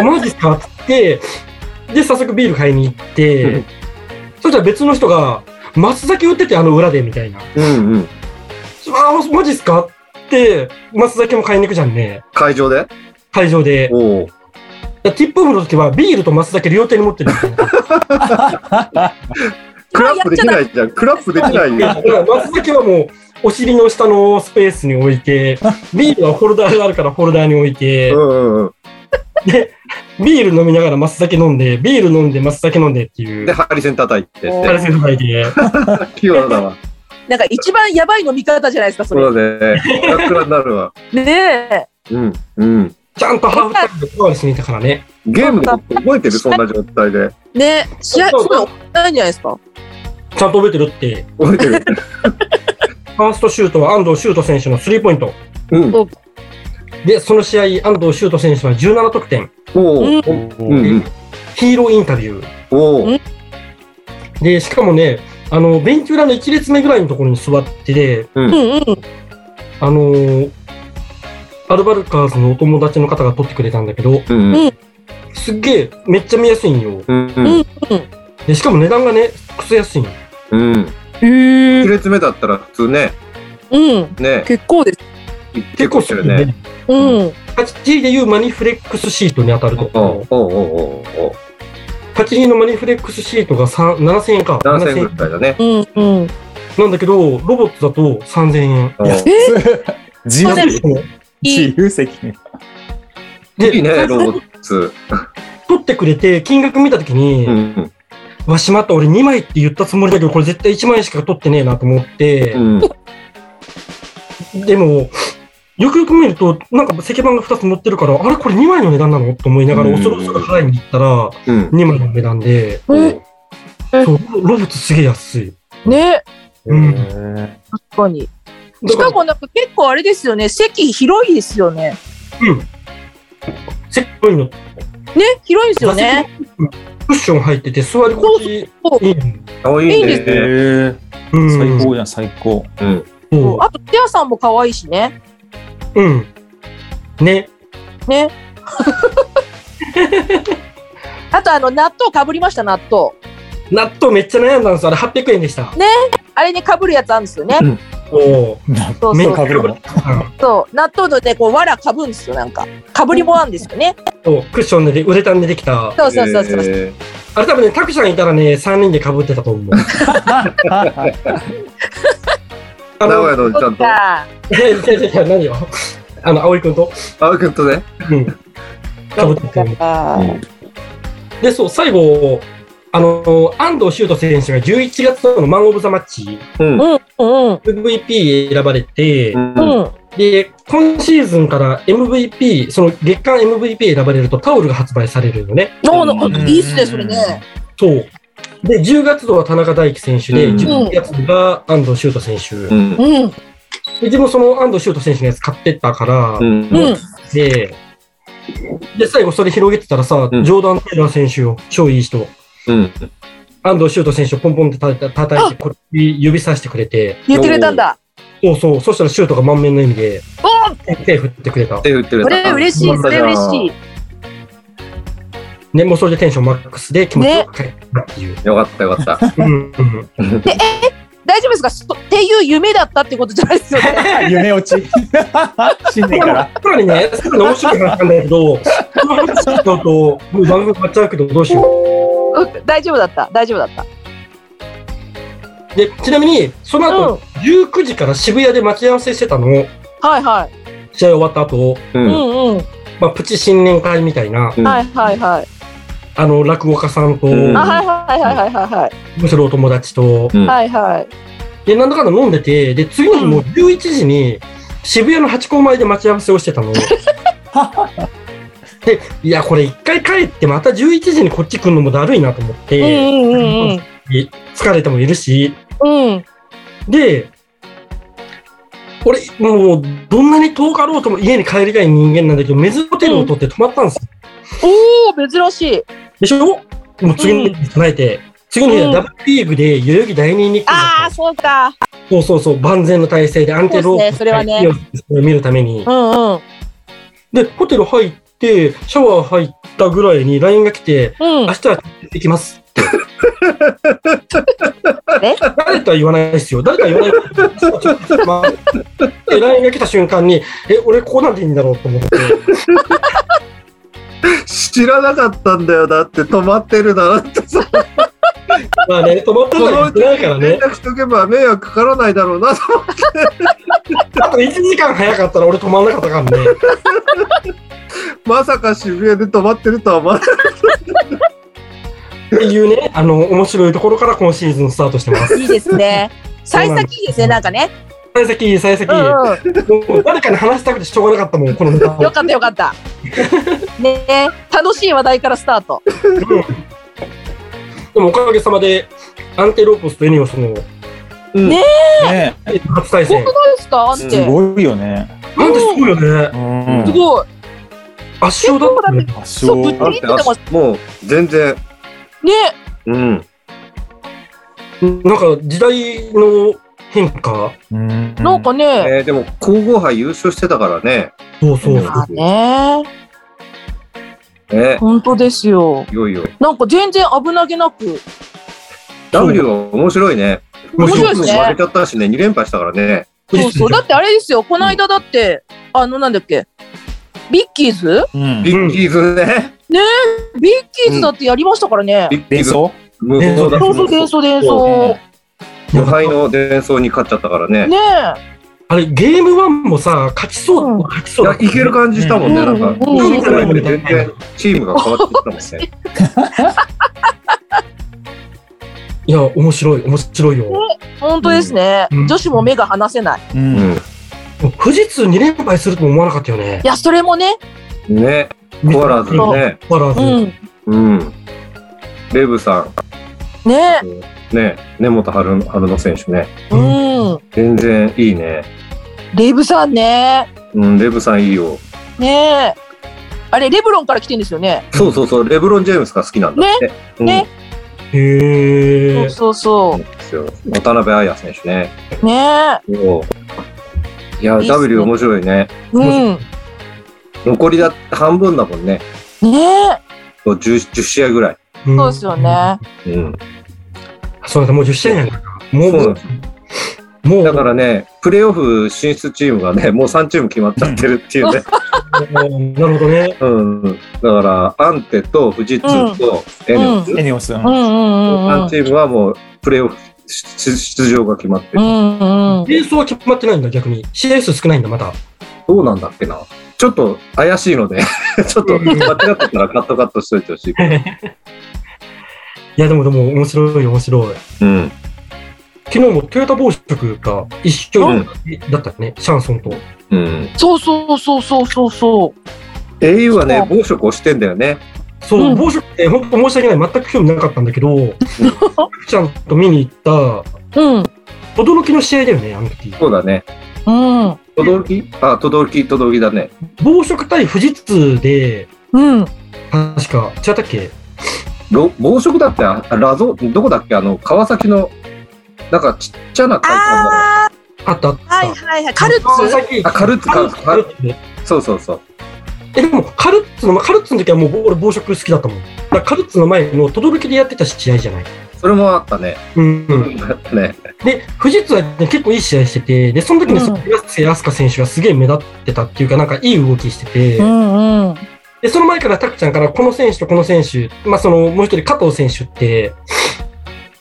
[SPEAKER 1] マジっすかっつって、で、早速ビール買いに行って、
[SPEAKER 4] うん
[SPEAKER 1] そしたら別の人が、松崎売っててあの裏でみたいな。あ
[SPEAKER 4] うんうん。
[SPEAKER 1] あ、マジっすかって、松崎も買いに行くじゃんね。
[SPEAKER 4] 会場で
[SPEAKER 1] 会場で。だか
[SPEAKER 4] おお。
[SPEAKER 1] らティップオフの時はビールと松崎両手に持ってるん ですよ。
[SPEAKER 4] クラップできないじゃん。クラップできない
[SPEAKER 1] だ
[SPEAKER 4] よ。
[SPEAKER 1] から松崎はもう、お尻の下のスペースに置い て、ビールはホルダーがあるからホルダーに置いて
[SPEAKER 4] う、んうん
[SPEAKER 1] ビール飲みながら松崎飲んで、ビール飲んで松崎飲んでって
[SPEAKER 4] う
[SPEAKER 1] い
[SPEAKER 4] ん。
[SPEAKER 1] う。
[SPEAKER 4] で、ハリセン叩いてっ
[SPEAKER 2] お
[SPEAKER 1] 彼
[SPEAKER 4] て。
[SPEAKER 1] 氏の前で。
[SPEAKER 4] 器用だわ。
[SPEAKER 2] なんか一番やばい飲み方じゃないですか、そ
[SPEAKER 4] そ
[SPEAKER 2] れ。
[SPEAKER 4] うだね。クラクラになるわ。
[SPEAKER 2] ねえ。
[SPEAKER 4] うん。うん。
[SPEAKER 1] ちゃんとハーフタイムで小回りしにいたからね。
[SPEAKER 4] ゲーム覚 えてるそんな状態で。
[SPEAKER 2] ね試合、
[SPEAKER 1] そう
[SPEAKER 2] そうないんじゃないですか。
[SPEAKER 1] ちゃんと覚えてるって。
[SPEAKER 4] 覚えて る。
[SPEAKER 1] ファーストシュートは安藤修斗選手のスリーポイント。
[SPEAKER 4] うん。
[SPEAKER 1] で、その試合、安藤修斗選手は17得点。
[SPEAKER 4] お
[SPEAKER 2] うん
[SPEAKER 4] お。うんうん。
[SPEAKER 1] ヒーローインタビュー。
[SPEAKER 4] お
[SPEAKER 2] う
[SPEAKER 4] お。
[SPEAKER 1] で、しかもね、あの、ベンチ裏の1列目ぐらいのところに座ってで、
[SPEAKER 2] うんうん。
[SPEAKER 1] あのーアルバルカーズのお友達の方が撮ってくれたんだけど、
[SPEAKER 4] うんうん。
[SPEAKER 1] すっげえ、めっちゃ見やすいんよ。
[SPEAKER 4] うんうんん。
[SPEAKER 1] で、しかも値段がね、くそ安いんよ。
[SPEAKER 4] うん。
[SPEAKER 2] へ
[SPEAKER 4] 一。列目だったら普通ね。
[SPEAKER 2] うん。
[SPEAKER 4] ね。
[SPEAKER 2] 結構です。
[SPEAKER 4] 結構してるね。。
[SPEAKER 2] うん。
[SPEAKER 1] 8でいうマニフレックスシートに当たると
[SPEAKER 4] お
[SPEAKER 1] こ
[SPEAKER 4] おおおおお。
[SPEAKER 1] 8時のマニフレックスシートが3 7000円か。
[SPEAKER 4] 7000円ぐらいだね。
[SPEAKER 2] うんうん。
[SPEAKER 1] なんだけど、ロボットだと3000円。
[SPEAKER 4] うん
[SPEAKER 3] 自
[SPEAKER 2] そうだ
[SPEAKER 3] 由
[SPEAKER 2] ね
[SPEAKER 3] 自由席。
[SPEAKER 1] で、
[SPEAKER 4] いいね、
[SPEAKER 1] 最
[SPEAKER 4] ロ
[SPEAKER 1] 初
[SPEAKER 4] ボッツ。
[SPEAKER 1] 取ってくれて、金額見たときに、
[SPEAKER 4] うん。
[SPEAKER 1] わ、しまった、俺2枚って言ったつもりだけど、これ絶対1枚しか取ってねえなと思って
[SPEAKER 4] う、ん。
[SPEAKER 1] でも、よくよく見ると、なんか石板が2つ乗ってるから、あれこれ2枚の値段なのと思いながら、
[SPEAKER 4] うん
[SPEAKER 1] 恐る恐る払いに行ったら、
[SPEAKER 4] うん。
[SPEAKER 1] 2枚の値段で、
[SPEAKER 2] ええ
[SPEAKER 1] そうロロボットすげえ安い。
[SPEAKER 2] ね
[SPEAKER 1] うん
[SPEAKER 3] へ
[SPEAKER 2] 確かに。
[SPEAKER 1] だ
[SPEAKER 2] し
[SPEAKER 1] から
[SPEAKER 2] かもなんか結構あれですよね。席広いですよね。
[SPEAKER 1] せっかいの
[SPEAKER 2] ね広いですよね。
[SPEAKER 1] クッション入ってて、座り心地いい
[SPEAKER 2] そうそう
[SPEAKER 1] の
[SPEAKER 4] あ、いい
[SPEAKER 2] いい
[SPEAKER 4] ね。
[SPEAKER 3] え。
[SPEAKER 1] うん
[SPEAKER 3] 最高やん最高。
[SPEAKER 4] うん。
[SPEAKER 1] そう
[SPEAKER 2] あと、テアさんも可愛いしね。
[SPEAKER 1] うん。ね。
[SPEAKER 2] ね。あと、あの、納豆かぶりました、納豆。
[SPEAKER 1] 納豆めっちゃ悩んだんですよ。あれ800円でした。
[SPEAKER 2] あれね、かぶるやつあるんですよね。
[SPEAKER 1] おお。
[SPEAKER 3] な
[SPEAKER 2] そう
[SPEAKER 1] めっ
[SPEAKER 2] そ
[SPEAKER 1] ち
[SPEAKER 2] う
[SPEAKER 1] ゃ
[SPEAKER 3] かぶるの。
[SPEAKER 2] そう。納豆のね、こう、わらかぶんですよ、なんか。かぶりもあるんですよね。
[SPEAKER 1] そうクッションででウレタンでできた。
[SPEAKER 2] そうそうそうそう。
[SPEAKER 4] え
[SPEAKER 1] あれ多分ね、タクちゃんいたらね、3人で被ってたと思う。
[SPEAKER 4] ー
[SPEAKER 1] あ
[SPEAKER 4] 名
[SPEAKER 1] の、
[SPEAKER 4] 古屋のちゃ
[SPEAKER 2] そ
[SPEAKER 4] ん
[SPEAKER 2] っ
[SPEAKER 4] と、
[SPEAKER 2] か。
[SPEAKER 1] え違う違う違う何よ。あの、葵くんと。
[SPEAKER 4] 青井くんとね。
[SPEAKER 1] うん。被ってたよね。
[SPEAKER 2] あー
[SPEAKER 1] で、そう、最後、あの、安藤修斗選手が11月のマン・オブ・ザ・マッチ、
[SPEAKER 4] うん。
[SPEAKER 2] うんうん
[SPEAKER 1] MVP 選ばれて、
[SPEAKER 4] うん。
[SPEAKER 2] うん。
[SPEAKER 1] で、今シーズンから MVP、その月間 MVP 選ばれるとタオルが発売されるのね。
[SPEAKER 2] おーいいっすね、それね。
[SPEAKER 1] そう。で、10月度は田中大輝選手で、
[SPEAKER 3] うん
[SPEAKER 1] 11月度が安藤修斗選手。
[SPEAKER 4] う
[SPEAKER 1] で、
[SPEAKER 4] ん。
[SPEAKER 2] うん。
[SPEAKER 1] 自分その安藤修斗選手のやつ買ってったから、
[SPEAKER 4] うん。
[SPEAKER 2] うん。
[SPEAKER 1] で、で、最後それ広げてたらさ、
[SPEAKER 4] うん
[SPEAKER 1] ジョーダン・テイラー選手を、超いい人。
[SPEAKER 4] うん。
[SPEAKER 1] 安藤修斗選手をポンポンって叩いた叩いて、こっち指さしてくれて、
[SPEAKER 2] 言ってくれたんだ。
[SPEAKER 1] そうそう、そしたら修斗が満面の笑みで、手振ってくれた。
[SPEAKER 4] 手振ってる
[SPEAKER 2] これ嬉しい、それ嬉しい。
[SPEAKER 1] ね、もうそれでテンションマックスで気持ちよく帰ったっていう。
[SPEAKER 4] い。よかったよか った。
[SPEAKER 1] うんうん
[SPEAKER 2] 大丈夫ですかそっていう夢だったってことじゃないですよね。
[SPEAKER 3] 夢落 ち。新年から。
[SPEAKER 1] さらにね、さらに面白い話なんだけど、この話だと、もう番組終わっちゃうけど、どうしよ
[SPEAKER 2] うん 大丈夫だった、大丈夫だった。
[SPEAKER 1] う。で、ちなみに、その
[SPEAKER 2] うん
[SPEAKER 1] 後、。19時から渋谷で待ち合わせしてたの、
[SPEAKER 2] はいはい。
[SPEAKER 1] 試合終わった後、
[SPEAKER 4] う。
[SPEAKER 2] うんんうん。
[SPEAKER 1] まあ、プチ新年会みたいな、
[SPEAKER 4] うん
[SPEAKER 2] はいはいはい。
[SPEAKER 1] あの、落語家さんと、
[SPEAKER 4] うん
[SPEAKER 2] あ、はいはいはいはいはいはい。
[SPEAKER 1] むしろお友達と、
[SPEAKER 4] うん
[SPEAKER 2] はいはい。
[SPEAKER 1] で、なんだかんだ飲んでて、で、次の日もう11時に、渋谷のハチ公前で待ち合わせをしてた の。で、いや、これ一回帰って、また11時にこっち来るのもだるいなと思っ
[SPEAKER 2] う
[SPEAKER 1] て、
[SPEAKER 2] んうん
[SPEAKER 1] 疲れてもいるし、
[SPEAKER 2] うんうん。うん。
[SPEAKER 1] で、俺、もう、どんなに遠かろうとも家に帰りたい人間なんだけど、メズホテルを取って泊まったんですよ。
[SPEAKER 2] おお、珍しい。
[SPEAKER 1] でしょもう次の日に備えて、次の日はダブルリーグで代々木第二日
[SPEAKER 2] ああ、
[SPEAKER 1] そ
[SPEAKER 2] そうか。
[SPEAKER 1] そうそうそう、万全の体制でアンテロープ
[SPEAKER 2] そうですねそれはね
[SPEAKER 1] を見るために
[SPEAKER 2] う。んうん。
[SPEAKER 1] で、ホテル入って、シャワー入ったぐらいに LINE が来て、
[SPEAKER 2] うん
[SPEAKER 1] 明。日は行ってきますって。
[SPEAKER 2] え
[SPEAKER 1] 誰とは言わないですよ。誰とは言わないですよ。ちょっとまあで、LINE が来た瞬間に、え、俺こうなんでいいんだろうと思って。
[SPEAKER 4] 知らなかったんだよ。だって止まってるなってさ、
[SPEAKER 1] まあね、止まったのは言ってないから
[SPEAKER 4] 連
[SPEAKER 1] ね。
[SPEAKER 4] 絡しとけば迷惑かからないだろうなと 思って。
[SPEAKER 1] あと1時間早かったら俺止まんなかったからね。
[SPEAKER 4] まさか渋谷で止まってるとは思わなかっ
[SPEAKER 1] っていうね、あの、面白いところから今シーズンスタートしてます。
[SPEAKER 2] いいですね。幸先いいですね、なんかね。
[SPEAKER 1] 幸先いい、幸先
[SPEAKER 2] う
[SPEAKER 1] いい。
[SPEAKER 2] んうん。
[SPEAKER 1] もう誰かに話したくてしょうがなかったもん、このネタ。
[SPEAKER 2] よかったよかった。ねえ、楽しい話題からスタート。
[SPEAKER 1] でもおかげさまで、アンテロープスとエニオスの
[SPEAKER 3] ね
[SPEAKER 1] 初対
[SPEAKER 2] すご
[SPEAKER 1] 戦
[SPEAKER 2] く。ないですか、あんて。
[SPEAKER 3] す
[SPEAKER 2] す
[SPEAKER 3] ごいよね。
[SPEAKER 1] なんてすごいよね
[SPEAKER 3] う。ん
[SPEAKER 1] す
[SPEAKER 2] ごい。
[SPEAKER 1] 圧勝だったね。
[SPEAKER 3] 圧
[SPEAKER 2] そう、ぶっち
[SPEAKER 3] 勝
[SPEAKER 2] ぎって
[SPEAKER 4] た。
[SPEAKER 2] ま
[SPEAKER 4] だ
[SPEAKER 2] す。
[SPEAKER 4] ってもう全然。
[SPEAKER 2] ね
[SPEAKER 4] うん。
[SPEAKER 1] なんか時代の変化。
[SPEAKER 3] うん
[SPEAKER 2] え、なんかね。
[SPEAKER 4] えーでも、皇后杯優勝してたからね。
[SPEAKER 1] そうそう。
[SPEAKER 2] まあねえ、
[SPEAKER 4] ね。
[SPEAKER 2] 本当ですよ。
[SPEAKER 4] いよいよ。
[SPEAKER 2] なんか全然危なげなく。
[SPEAKER 4] W は面白いね。
[SPEAKER 1] 面
[SPEAKER 2] 白いですね
[SPEAKER 4] 負けちゃったしね、2連敗したからね。
[SPEAKER 2] そうそう。だってあれですよ、この間だって、あの、なんだっけ。ビッキーズ
[SPEAKER 3] うん
[SPEAKER 4] ビッキーズね。
[SPEAKER 2] ビッキーズだってやりましたからね。
[SPEAKER 4] ビッキ
[SPEAKER 3] 伝
[SPEAKER 4] ーズ。
[SPEAKER 3] 送
[SPEAKER 4] 無法だ。
[SPEAKER 2] そうそう、伝送伝送。
[SPEAKER 4] 無敗の伝送に勝っちゃったからね。
[SPEAKER 2] ね
[SPEAKER 1] あれ、ゲームワンもさ、勝ちそう、
[SPEAKER 2] うん
[SPEAKER 1] 勝ち
[SPEAKER 4] い
[SPEAKER 1] そう
[SPEAKER 4] や
[SPEAKER 1] だ、った
[SPEAKER 4] いける感じしたもんね、
[SPEAKER 2] う
[SPEAKER 4] なんんか。
[SPEAKER 2] うん
[SPEAKER 4] そういうので全然チームが変わってきたもんね。
[SPEAKER 1] いや、面白い、面白いよ。
[SPEAKER 2] え、本当ですね
[SPEAKER 1] うん。
[SPEAKER 2] 女子も目が離せない。
[SPEAKER 3] う。
[SPEAKER 4] うん
[SPEAKER 1] 富士通2連敗するとも思わなかったよね
[SPEAKER 2] い。や、それもね。
[SPEAKER 4] ん。ね、コアラーズね。
[SPEAKER 1] コアラーズ。
[SPEAKER 2] うん。
[SPEAKER 4] うん。レブさ
[SPEAKER 2] ね
[SPEAKER 4] ん、ね、根本春春乃選手ね。
[SPEAKER 2] え。うん。
[SPEAKER 4] 全然いいね。
[SPEAKER 2] レブさんね。
[SPEAKER 4] うん、レブさんいいよ。
[SPEAKER 2] ねえ。あれ、レブロンから来てんですよね。
[SPEAKER 4] そうそうそう、レブロン・ジェームスが好きなんだって。うん
[SPEAKER 2] ね
[SPEAKER 1] へ
[SPEAKER 2] そ
[SPEAKER 1] え
[SPEAKER 2] う。そうそ
[SPEAKER 4] そうなんですよ渡辺彩選手ね。
[SPEAKER 2] う。ねえ。
[SPEAKER 4] いや、
[SPEAKER 2] いいっすね
[SPEAKER 4] W 面白いね。
[SPEAKER 2] うん。
[SPEAKER 4] 残りだって半分だもんね。
[SPEAKER 2] ねえ。
[SPEAKER 4] そう 10, 10試合ぐらい。
[SPEAKER 2] そうですよね。
[SPEAKER 4] うん。
[SPEAKER 1] そうだ、もう10試合やん。も
[SPEAKER 4] そうなん
[SPEAKER 1] う
[SPEAKER 4] です、
[SPEAKER 1] もう、
[SPEAKER 4] だからね、プレーオフ進出チームがね、もう3チーム決まっちゃってるっていうね。
[SPEAKER 1] なるほどね。
[SPEAKER 4] うん。だから、アンテと富士通とエネオス、
[SPEAKER 3] エニオス。
[SPEAKER 2] うんうんうんう
[SPEAKER 4] 3
[SPEAKER 2] ん
[SPEAKER 4] チ。ームはもうプレーオフ出出場が決まって
[SPEAKER 2] う
[SPEAKER 4] る。
[SPEAKER 2] んうん。
[SPEAKER 1] レースは決まってないんだ、逆に。試合数少ないんだ、まだ。
[SPEAKER 4] どうなんだっけな。ちょっと怪しいので、 ちょっと間違ってたらカットカットしといてほしい。
[SPEAKER 1] いや、でも、でも、面白い、面白い。
[SPEAKER 4] うん。
[SPEAKER 1] 昨日もトヨタ暴食が一緒にだったよね、シャンソンと。
[SPEAKER 4] うん。
[SPEAKER 2] そうそうそうそうそうそう
[SPEAKER 4] au はね
[SPEAKER 2] そ、
[SPEAKER 4] 暴食をしてんだよね。
[SPEAKER 1] そう、
[SPEAKER 2] うん
[SPEAKER 1] 暴食って本当申し訳ない、全く興味なかったんだけど、ゆきちゃんと見に行った、
[SPEAKER 2] うん
[SPEAKER 1] 驚きの試合だよね、あの時。
[SPEAKER 4] そうだね。
[SPEAKER 2] うん
[SPEAKER 4] 轟きあ、轟き、轟きだね。
[SPEAKER 1] 暴食対富士通で、
[SPEAKER 2] うん
[SPEAKER 1] 確か、違ったっけ
[SPEAKER 4] ろ暴食だって、あラゾ、どこだっけあの、川崎の、なんかちっちゃな会館
[SPEAKER 2] あ
[SPEAKER 1] あったあった。
[SPEAKER 2] あはいはいはいカルツ
[SPEAKER 1] 川崎
[SPEAKER 4] あカルツ
[SPEAKER 1] カ
[SPEAKER 4] か
[SPEAKER 1] ルツカルツ
[SPEAKER 4] だ。そうそうそう。
[SPEAKER 1] え、でも、カルツの、カルツの時はもう俺暴食好きだったもん。だからカルツの前の轟でやってた試合じゃない。
[SPEAKER 4] それもあったね。
[SPEAKER 1] うん、うん。
[SPEAKER 4] ね。
[SPEAKER 1] で、富士通は、ね、結構いい試合してて、で、その時に
[SPEAKER 2] うん
[SPEAKER 1] 安瀬飛鳥選手がすげえ目立ってたっていうか、なんかいい動きしてて、
[SPEAKER 2] うんうん
[SPEAKER 1] で、その前から拓ちゃんから、この選手とこの選手、まあ、その、もう一人加藤選手って、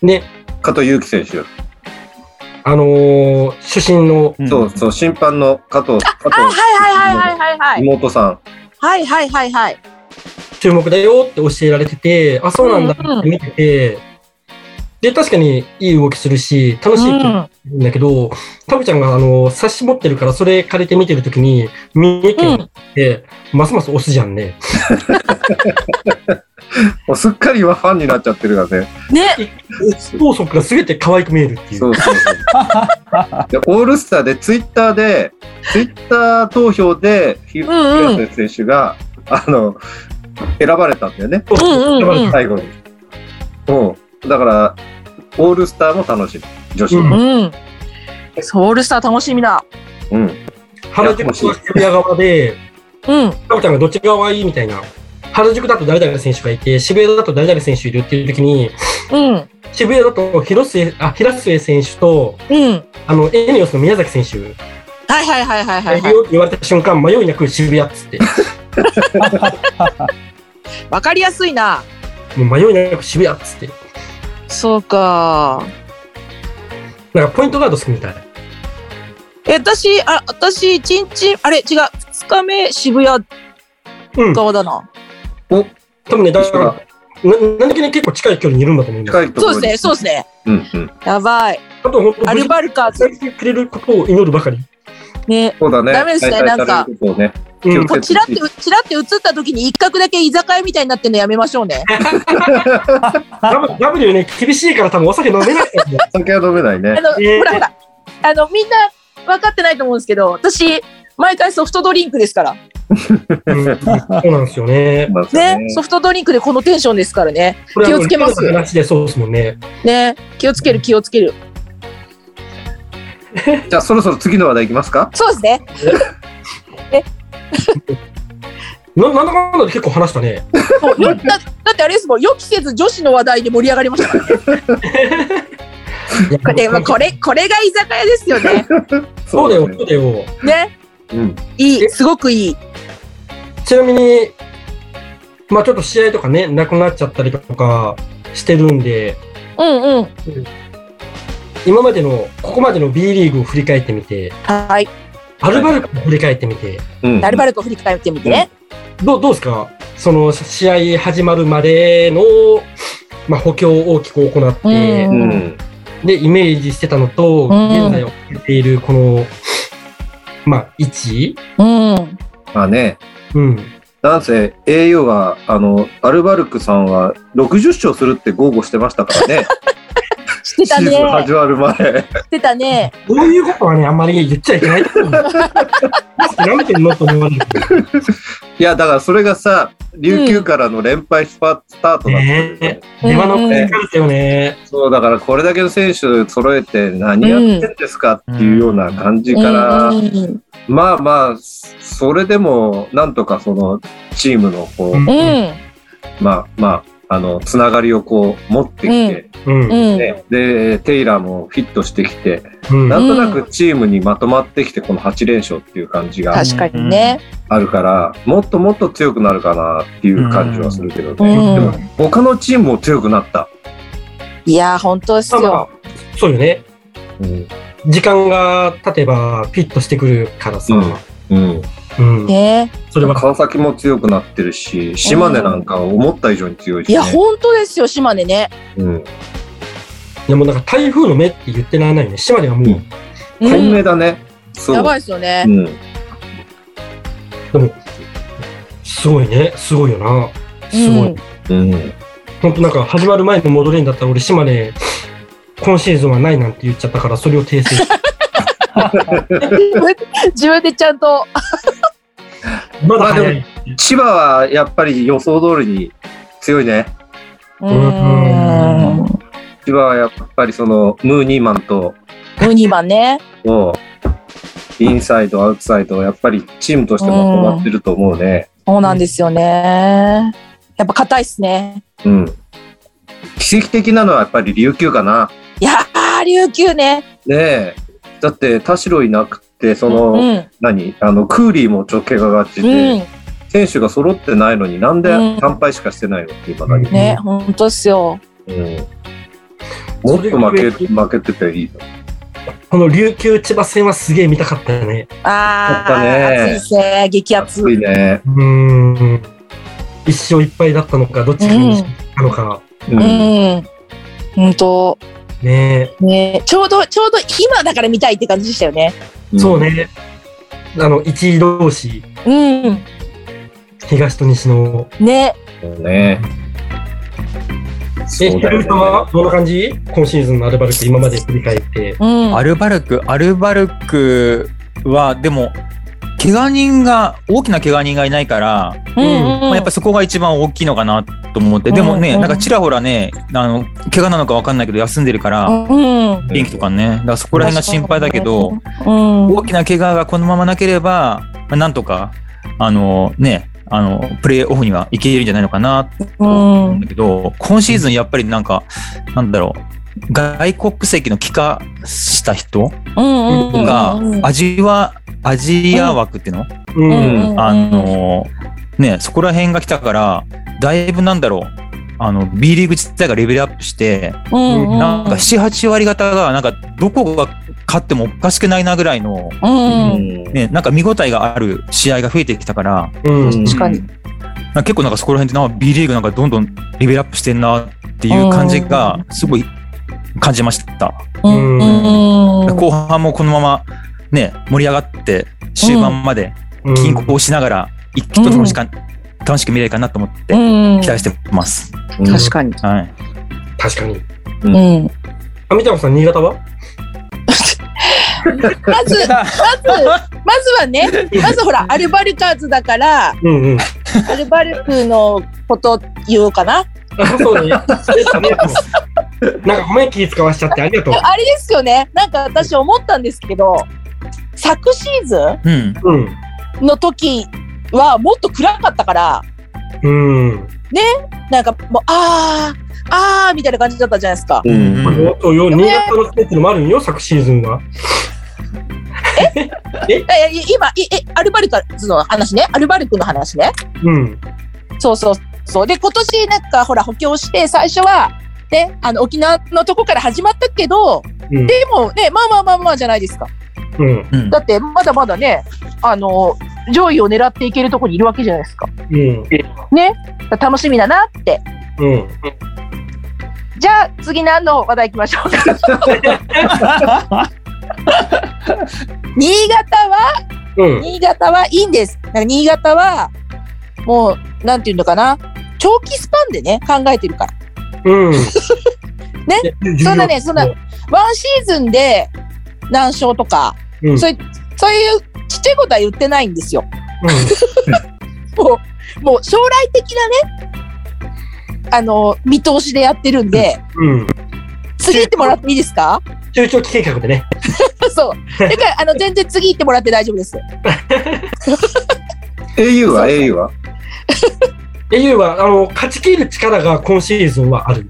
[SPEAKER 1] ね、
[SPEAKER 4] 加藤祐希選手。
[SPEAKER 1] あのー主審の、
[SPEAKER 3] うん
[SPEAKER 4] そうそう、審判の加藤、加
[SPEAKER 2] あはい
[SPEAKER 4] 藤
[SPEAKER 2] はいはいはいはいはい
[SPEAKER 4] 妹さん。
[SPEAKER 2] はいはいはいはい
[SPEAKER 1] 注目だよって教えられてて、あ、そうなんだ
[SPEAKER 2] うんうん
[SPEAKER 1] って見てて、で、確かにいい動きするし、楽しいって
[SPEAKER 2] うん
[SPEAKER 1] 言うんだけど、タブちゃんが、あのー、差し持ってるから、それ借りて見てるときに、三重県って、ますます押すじゃんね。
[SPEAKER 4] もうすっかりはファンになっちゃってるからね。
[SPEAKER 2] ね
[SPEAKER 1] 高速がすべて可愛く見えるっていう。
[SPEAKER 4] そうそうそう。で、オールスターで、ツイッターで、ツイッター投票で、ひ
[SPEAKER 2] うんうん
[SPEAKER 4] 平瀬選手が、あの、選ばれたんだよね。
[SPEAKER 2] うんうんうん
[SPEAKER 4] 最後に。うん。だから、オールスターも楽しみ。女子。
[SPEAKER 1] う
[SPEAKER 2] うんそうオールスター楽しみだ
[SPEAKER 4] うん。
[SPEAKER 1] 原宿と渋谷側で、
[SPEAKER 2] うん
[SPEAKER 1] タブちゃんがどっち側がいいみたいな。原宿だと誰々選手がいて、渋谷だと誰々選手いるっていう時に、
[SPEAKER 2] うん
[SPEAKER 1] 渋谷だと広末、あ、平末選手と、
[SPEAKER 2] うん
[SPEAKER 1] あの、エネオスの宮崎選手、
[SPEAKER 2] はいはいはいはいはい
[SPEAKER 1] い
[SPEAKER 2] は
[SPEAKER 1] る
[SPEAKER 2] い
[SPEAKER 1] よって言われた瞬間、迷いなく渋谷っつって、
[SPEAKER 2] わかりやすいな
[SPEAKER 1] もう迷いなく渋谷っつって。
[SPEAKER 2] そうか
[SPEAKER 1] なんかポイントガード好きみたい。
[SPEAKER 2] え私あ私一日あれ違う二日目渋谷
[SPEAKER 1] うん。多
[SPEAKER 2] 側だな
[SPEAKER 1] 分ね、だ
[SPEAKER 4] 一
[SPEAKER 1] か
[SPEAKER 4] 緒
[SPEAKER 1] ら
[SPEAKER 4] だ、
[SPEAKER 1] ななんだけね、結構近い距離にいるんだと思うんだ
[SPEAKER 4] 近いとこ
[SPEAKER 2] そ
[SPEAKER 4] ろ
[SPEAKER 2] う
[SPEAKER 4] に
[SPEAKER 2] ですねそうですね
[SPEAKER 4] うんうん。
[SPEAKER 2] やばい
[SPEAKER 1] あと、本当
[SPEAKER 2] アル
[SPEAKER 1] に、
[SPEAKER 2] バルカーズ
[SPEAKER 1] 伝えてくれることを祈るばかり。
[SPEAKER 2] ね
[SPEAKER 4] そうだね。
[SPEAKER 2] ダメですね
[SPEAKER 4] 大体
[SPEAKER 2] なんか
[SPEAKER 4] されることをね
[SPEAKER 1] うん
[SPEAKER 4] 気をつけ
[SPEAKER 2] こうちらってちらって映った時に一角だけ居酒屋みたいになってんのやめましょうね
[SPEAKER 1] ダブ W ね、厳しいから多分お酒飲めないからね。
[SPEAKER 4] 酒は飲めないね
[SPEAKER 2] あ。の、
[SPEAKER 1] えー
[SPEAKER 2] ほらほら、あの、みんな分かってないと思うんですけど、私、毎回ソフトドリンクですから。ね、
[SPEAKER 1] うんそうなんですよね。
[SPEAKER 4] なんですよね
[SPEAKER 2] ソフトドリンクでこのテンションですからね。
[SPEAKER 1] これ
[SPEAKER 2] 気をつけます
[SPEAKER 1] あのリアルな話でそうですもんね。
[SPEAKER 2] ね、気をつける気をつける。
[SPEAKER 4] じゃあそろそろ次の話題いきますか
[SPEAKER 2] そうですね。
[SPEAKER 1] ななんだかんだで結構話したね。
[SPEAKER 2] もうよ だだってあれですもん、予期せず女子の話題で盛り上がりましたから ね。これ、まあこれ、これが居酒屋ですよ ね。
[SPEAKER 1] そうだよ、
[SPEAKER 4] ね
[SPEAKER 1] そうだよ。
[SPEAKER 2] ね、
[SPEAKER 4] うん
[SPEAKER 2] いい、すごくいい。
[SPEAKER 1] ちなみに、まあちょっと試合とかね、なくなっちゃったりとかしてるんで、
[SPEAKER 2] うんうん。
[SPEAKER 1] 今までの、ここまでの B リーグを振り返ってみて、
[SPEAKER 2] はい。
[SPEAKER 1] アルバルクを振り返ってみて、
[SPEAKER 4] うん
[SPEAKER 2] アルバルクを振り返ってみてね。
[SPEAKER 1] どうどうですかその試合始まるまでの、まあ、補強を大きく行って、
[SPEAKER 2] うん
[SPEAKER 4] うん
[SPEAKER 1] で、イメージしてたのと、
[SPEAKER 2] うん
[SPEAKER 1] 現在を変えている、この、まあ、位置
[SPEAKER 2] うん。
[SPEAKER 4] まあね
[SPEAKER 1] うん。
[SPEAKER 4] なんせ au はあのアルバルクさんは60勝するって豪語してましたか らね
[SPEAKER 2] してた
[SPEAKER 4] シーズン
[SPEAKER 2] ね。
[SPEAKER 4] 始まる前
[SPEAKER 2] してたね。
[SPEAKER 1] こういうことはね、あんまり言っちゃいけないと思う。舐めてんのと思われる。
[SPEAKER 4] いやだからそれがさ琉球からの連敗スパスタートだったんですよ、
[SPEAKER 1] ね出間のくれかれたよね。
[SPEAKER 4] そうだからこれだけの選手揃えて何やってんですかっていうような感じから、
[SPEAKER 2] うんうん
[SPEAKER 4] まあまあそれでもなんとかそのチームのこう、
[SPEAKER 1] うん
[SPEAKER 2] うん。
[SPEAKER 4] まあまあ、あの、つながりをこう、持ってきて、
[SPEAKER 1] うん。
[SPEAKER 2] うん。
[SPEAKER 4] ねで、テイラーもフィットしてきて、
[SPEAKER 1] うん。
[SPEAKER 4] なんとなくチームにまとまってきて、この8連勝っていう感じが
[SPEAKER 2] 確かにね。
[SPEAKER 4] あるから、もっともっと強くなるかなっていう感じはするけど
[SPEAKER 2] う
[SPEAKER 4] ね。でも
[SPEAKER 2] ん。、
[SPEAKER 4] 他のチームも強くなった。
[SPEAKER 2] いやー、本当です
[SPEAKER 1] まあま
[SPEAKER 2] よ。
[SPEAKER 1] あそうよね。
[SPEAKER 4] うん。
[SPEAKER 1] 時間が経てばフィットしてくるからさ。
[SPEAKER 4] うん。
[SPEAKER 1] うん。
[SPEAKER 2] ね。
[SPEAKER 1] それは、
[SPEAKER 4] 川崎も強くなってるし、島根なんか思った以上に強いし、
[SPEAKER 2] い
[SPEAKER 4] ね。
[SPEAKER 2] や、本当ですよ、島根ね。
[SPEAKER 4] うん。
[SPEAKER 1] でもなんか台風の目って言ってならないよね。島根はもう、
[SPEAKER 4] うん
[SPEAKER 2] うん
[SPEAKER 4] 本命だね。そう。
[SPEAKER 2] やばいですよね
[SPEAKER 4] う。ん。
[SPEAKER 1] すごいね。すごいよな。すごい。
[SPEAKER 2] うん
[SPEAKER 4] うん。
[SPEAKER 1] 本当なんか始まる前の戻れんだったら俺島根今シーズンはないなんて言っちゃったからそれを訂正 して
[SPEAKER 2] 自分でちゃんと、
[SPEAKER 1] まだ早い、
[SPEAKER 4] 千葉はやっぱり予想通りに強いね。
[SPEAKER 2] う
[SPEAKER 1] うん
[SPEAKER 2] ん。
[SPEAKER 4] 千葉はやっぱりそのムーニーマンと、
[SPEAKER 2] ムニマンね。
[SPEAKER 4] もう、インサイド、アウトサイド、やっぱりチームとしてまとまってると思うね。
[SPEAKER 2] そうなんですよね。やっぱ硬いっすね。
[SPEAKER 4] うん。奇跡的なのはやっぱり琉球かな。
[SPEAKER 2] いやー、琉球ね。
[SPEAKER 4] ねえ。だって田代いなくて、そうの、
[SPEAKER 2] ん。
[SPEAKER 4] 何あの、クーリーもちょっと怪我がち
[SPEAKER 2] う
[SPEAKER 4] で、
[SPEAKER 2] ん。
[SPEAKER 4] 選手が揃ってないのになんで
[SPEAKER 2] うん
[SPEAKER 4] 3敗しかしてないのって今だけ。
[SPEAKER 2] ね、ほんとっすよ。
[SPEAKER 4] うん。もっと負け、負けてていいの。
[SPEAKER 1] この琉球千葉戦はすげえ見たかったよね
[SPEAKER 2] あ
[SPEAKER 4] やっ
[SPEAKER 2] ー、
[SPEAKER 4] た
[SPEAKER 2] 暑
[SPEAKER 4] ね
[SPEAKER 2] いっすね。激アツ
[SPEAKER 4] 熱。いね。
[SPEAKER 1] うーん一勝一敗だったのかどっちかにしたのか、
[SPEAKER 2] う
[SPEAKER 4] う。
[SPEAKER 2] んん。ほんと。
[SPEAKER 1] ね
[SPEAKER 2] ねちょうど、ちょうど今だから見たいって感じでしたよね。
[SPEAKER 1] えそう。ねあの1位同士
[SPEAKER 2] うん。
[SPEAKER 1] 東と西の
[SPEAKER 2] ね。
[SPEAKER 4] そうね。
[SPEAKER 1] え
[SPEAKER 4] そ
[SPEAKER 1] ひ
[SPEAKER 4] う
[SPEAKER 1] か
[SPEAKER 4] だよ
[SPEAKER 1] る
[SPEAKER 4] ね
[SPEAKER 1] さんはどんな感じ今シーズンのアルバルク今まで振り返って
[SPEAKER 2] うん。
[SPEAKER 3] アルバルク、アルバルクは、でも、怪我人が、大きな怪我人がいないから、
[SPEAKER 2] うん。
[SPEAKER 3] まあ、やっぱりそこが一番大きいのかなと思って、でもね、
[SPEAKER 2] うん
[SPEAKER 3] なんかちらほらね、あの、怪我なのかわかんないけど、休んでるから、
[SPEAKER 2] うん。
[SPEAKER 3] 元気とかね、だからそこら辺が心配だけど、
[SPEAKER 2] うん。
[SPEAKER 3] 大きな怪我がこのままなければ、まあなんとか、あのね、あの、プレーオフにはいけるんじゃないのかなと思
[SPEAKER 2] う
[SPEAKER 3] うん
[SPEAKER 2] ん。
[SPEAKER 3] だけど、今シーズンやっぱりなんか、なんだろう、外国籍の帰化した人
[SPEAKER 2] うん。うん。
[SPEAKER 3] が、アジア、アジア枠っていうの、
[SPEAKER 1] う、
[SPEAKER 2] うんん。
[SPEAKER 3] あ、の、ね、そこら辺が来たから、だいぶなんだろう、あの、B リーグ自体がレベルアップして、
[SPEAKER 2] うん。
[SPEAKER 3] なんか7、8割方が、なんかどこが勝ってもおかしくないなぐらいの、
[SPEAKER 2] う。
[SPEAKER 4] うんん。
[SPEAKER 3] ね、なんか見応えがある試合が増えてきたから、
[SPEAKER 1] うん
[SPEAKER 4] うん
[SPEAKER 2] 確かに
[SPEAKER 3] うんなんか結構なんかそこら辺でなんか B リーグなんかどんどんレベルアップしてんなっていう感じがすごい感じました。
[SPEAKER 2] うん。うん。
[SPEAKER 3] 後半もこのままね、盛り上がって終盤まで
[SPEAKER 1] うん
[SPEAKER 3] 均衡しながら一気と楽しか、楽しく見れるかなと思って
[SPEAKER 2] うん
[SPEAKER 3] 期待してます。
[SPEAKER 2] 確かに。
[SPEAKER 3] はい。
[SPEAKER 1] 確かに
[SPEAKER 2] うん。
[SPEAKER 1] あみちゃんさん新潟は
[SPEAKER 2] まず、まず、まずはね、 まずほら、アルバルカーズだから、
[SPEAKER 1] うんうん
[SPEAKER 2] アルバルクのこと言おうかな。
[SPEAKER 1] あそうね。でしたねなんかごめん気使わしちゃってありがと
[SPEAKER 2] でもあれですよね、なんか私思ったんですけど、昨シーズ
[SPEAKER 3] うん。
[SPEAKER 1] う。
[SPEAKER 2] ンの時はもっと暗かったから、
[SPEAKER 1] うん。うん。
[SPEAKER 2] なんかもう、あー、あーみたいな感じだったじゃないですか。
[SPEAKER 4] うん。
[SPEAKER 1] そうよ、新潟のステージもあるんよ、昨シーズンは。
[SPEAKER 2] え、え今、いえ、アルバルカーズの話ね、アルバルクの話ね。
[SPEAKER 1] うん。
[SPEAKER 2] そうそうそう。で、今年なんかほら補強して、最初は、ね、あの、沖縄のとこから始まったけど、
[SPEAKER 1] うん
[SPEAKER 2] でもね、まあまあまあまあじゃないですか。
[SPEAKER 1] うん。
[SPEAKER 3] うん
[SPEAKER 2] だって、まだまだね、あの、上位を狙っていけるとこにいるわけじゃないですか。
[SPEAKER 1] うん。
[SPEAKER 2] だから楽しみだなって。
[SPEAKER 1] うん。
[SPEAKER 2] じゃあ、次何の話題行きましょうか。 新潟は、
[SPEAKER 1] うん。
[SPEAKER 2] 新潟はいいんです。なんか新潟は、もう、なんていうのかな。長期スパンでね、考えてるから。
[SPEAKER 1] うん。
[SPEAKER 2] ね
[SPEAKER 1] ね
[SPEAKER 2] そんなねそんなワンシーズンで何勝とか、
[SPEAKER 1] うん。
[SPEAKER 2] そういう、そういうちっちゃいことは言ってないんですよ。もう、もう将来的なね、あの、見通しでやってるんで、
[SPEAKER 1] うん。うん。
[SPEAKER 2] 次行ってもらっていいですか
[SPEAKER 1] 中長期計画でね。
[SPEAKER 2] そう。だから、あの、全然次行ってもらって大丈夫です。
[SPEAKER 4] au
[SPEAKER 2] そう
[SPEAKER 4] は au は
[SPEAKER 1] au は、あの、勝ち切る力が今シーズンはある。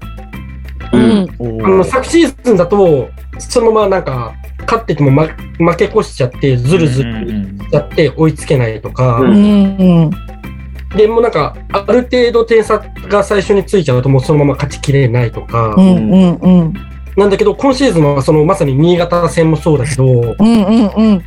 [SPEAKER 2] うん。
[SPEAKER 1] あの、昨シーズンだと、そのままなんか、勝ってても、ま、負け越しちゃって、ずるず
[SPEAKER 3] うんう
[SPEAKER 1] る
[SPEAKER 3] ん
[SPEAKER 1] やって追いつけないとか、
[SPEAKER 4] うん
[SPEAKER 2] うん。
[SPEAKER 1] でもうなんか、ある程度点差が最初についちゃうと、もうそのまま勝ちきれないとか、
[SPEAKER 2] うん。うん。うん。
[SPEAKER 1] なんだけど、今シーズンはそのまさに新潟戦もそうだけど、
[SPEAKER 2] うん。うん。うん。
[SPEAKER 1] ね、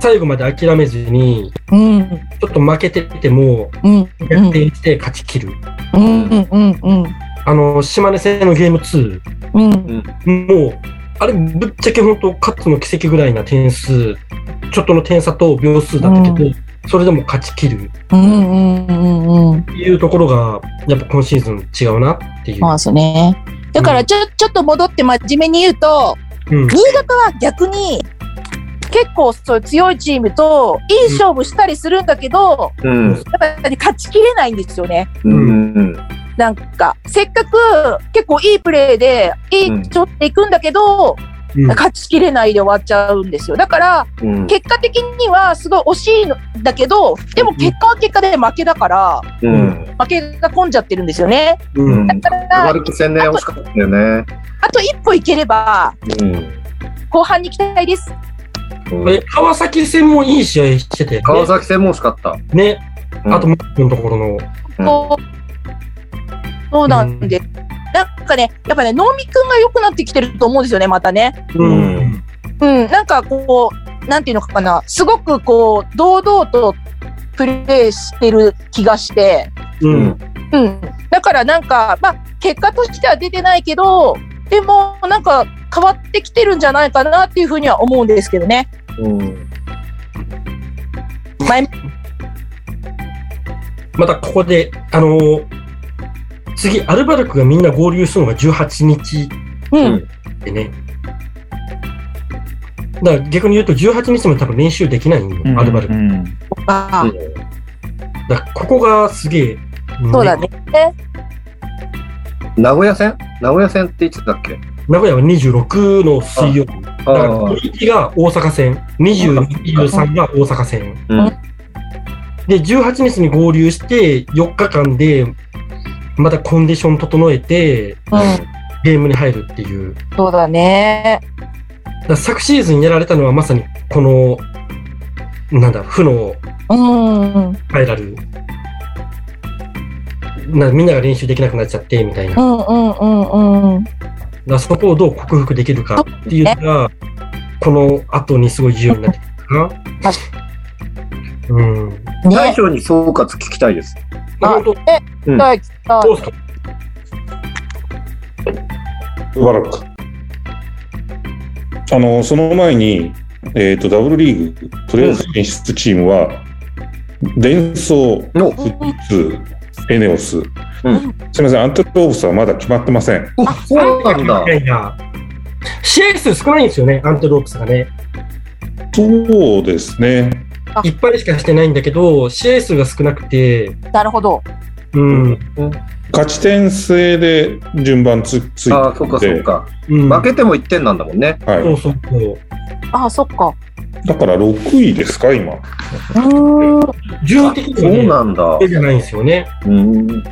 [SPEAKER 1] 最後まで諦めずに、
[SPEAKER 2] うん。
[SPEAKER 1] ちょっと負けてても、
[SPEAKER 2] うん。うん。うん。
[SPEAKER 1] 逆転して勝ち切る。
[SPEAKER 2] うん。うん。うん。
[SPEAKER 1] あの、島根戦のゲーム2。
[SPEAKER 2] うん。
[SPEAKER 1] もう、あれ、ぶっちゃけ本当、勝つの奇跡ぐらいな点数、ちょっとの点差と秒数だったけど、
[SPEAKER 2] う
[SPEAKER 1] それでも勝ちきる
[SPEAKER 2] うんうんうんうん。
[SPEAKER 1] っていうところが、やっぱ今シーズン違うなっていう。
[SPEAKER 2] まあ、そうね。だから、ちょ、ちょっと戻って真面目に言うと、
[SPEAKER 1] うん
[SPEAKER 2] 新潟は逆に、結構そういう強いチームと、いい勝負したりするんだけど、
[SPEAKER 4] うん。
[SPEAKER 2] やっぱり勝ちきれないんですよね。
[SPEAKER 4] うん。
[SPEAKER 2] なんか、せっかく結構いいプレーで、いいちょっていくんだけど、
[SPEAKER 1] うん
[SPEAKER 2] 勝ちきれないで終わっちゃうんですよ。だから、
[SPEAKER 4] うん。
[SPEAKER 2] 結果的にはすごい惜しいんだけど、でも結果は結果で負けだから、
[SPEAKER 4] うん。
[SPEAKER 2] 負けが込んじゃってるんですよね。
[SPEAKER 1] うん
[SPEAKER 4] うん。
[SPEAKER 2] だから、
[SPEAKER 4] 悪く千年惜しかったよね。
[SPEAKER 2] あと一歩いければ、
[SPEAKER 4] うん
[SPEAKER 2] 後半に期待です。
[SPEAKER 4] うん。
[SPEAKER 1] え川崎戦もいい試合してて、ね、
[SPEAKER 4] 川崎戦も惜しかった。
[SPEAKER 1] ね、
[SPEAKER 4] うん
[SPEAKER 1] あと、もう一個のところの、
[SPEAKER 4] うん
[SPEAKER 2] こうそうなんで、なんかね、やっぱね、能見くんが良くなってきてると思うんですよね、またね。
[SPEAKER 4] うん
[SPEAKER 2] うん、なんかこう、なんていうのかな、すごくこう、堂々とプレーしてる気がして、
[SPEAKER 1] う
[SPEAKER 4] うんん、
[SPEAKER 2] うん、だからなんか、まあ、結果としては出てないけど、でもなんか変わってきてるんじゃないかなっていうふうには思うんですけどね。
[SPEAKER 4] うん。
[SPEAKER 1] またここで、あのー次、アルバルクがみんな合流するのが18日
[SPEAKER 2] うん、
[SPEAKER 4] うん
[SPEAKER 1] でね。だから逆に言うと18日も多分練習できないんよ、
[SPEAKER 3] うん
[SPEAKER 1] アルバルク
[SPEAKER 3] う。ん
[SPEAKER 2] ああ
[SPEAKER 1] だからここがすげえ、
[SPEAKER 2] そうだね。
[SPEAKER 4] 名古屋戦名古屋戦っていつだっけ
[SPEAKER 1] 名古屋は26の水曜日。だ
[SPEAKER 4] あ
[SPEAKER 1] から、土日が大阪戦、22、23が大阪戦。
[SPEAKER 4] うん
[SPEAKER 1] で、18日に合流して、4日間で、またコンディション整えて、
[SPEAKER 2] うん、
[SPEAKER 1] ゲームに入るっていう。
[SPEAKER 2] そうだね。
[SPEAKER 1] だから昨シーズンやられたのはまさに、この、なんだ、負の
[SPEAKER 2] うん、うん、
[SPEAKER 1] 変えられる。なみんなが練習できなくなっちゃってみたいな、だか
[SPEAKER 2] うん、うん、うん。
[SPEAKER 1] らそこをどう克服できるかっていうのが、この後にすごい重要になってくるかな。うん。
[SPEAKER 4] 大
[SPEAKER 2] ね、
[SPEAKER 4] 将に総括聞きたいです。
[SPEAKER 2] あ
[SPEAKER 1] 本
[SPEAKER 4] うん
[SPEAKER 2] はい
[SPEAKER 1] 当、どうですか
[SPEAKER 5] しばらく。あの、その前に、えっ、と、ダブルリーグ、とりあえず選出チームは、デンソー、
[SPEAKER 4] の、
[SPEAKER 5] 富士通、エネオス。
[SPEAKER 4] うん
[SPEAKER 5] すみません、アントローフスはまだ決まってません。
[SPEAKER 4] おそうなんだ
[SPEAKER 1] み。たいな。試合数少ないんですよね、アンテロープスがね。
[SPEAKER 5] そうですね。
[SPEAKER 1] いっぱいしかしてないんだけど、試合数が少なくて、
[SPEAKER 2] なるほど。
[SPEAKER 1] うん。
[SPEAKER 5] 勝ち点制で順番つついて
[SPEAKER 4] ああ、そっかそっか。
[SPEAKER 1] うん、
[SPEAKER 4] 負けても1点なんだもんね。
[SPEAKER 5] は
[SPEAKER 1] そうそうそう。
[SPEAKER 2] ああ、そっか。
[SPEAKER 5] い、だから6位ですか、今。
[SPEAKER 2] うーん。
[SPEAKER 1] 順位的
[SPEAKER 4] そ
[SPEAKER 1] に
[SPEAKER 4] う
[SPEAKER 1] はね、
[SPEAKER 4] なんだ
[SPEAKER 1] そ。うじゃないんですよね。
[SPEAKER 4] うん。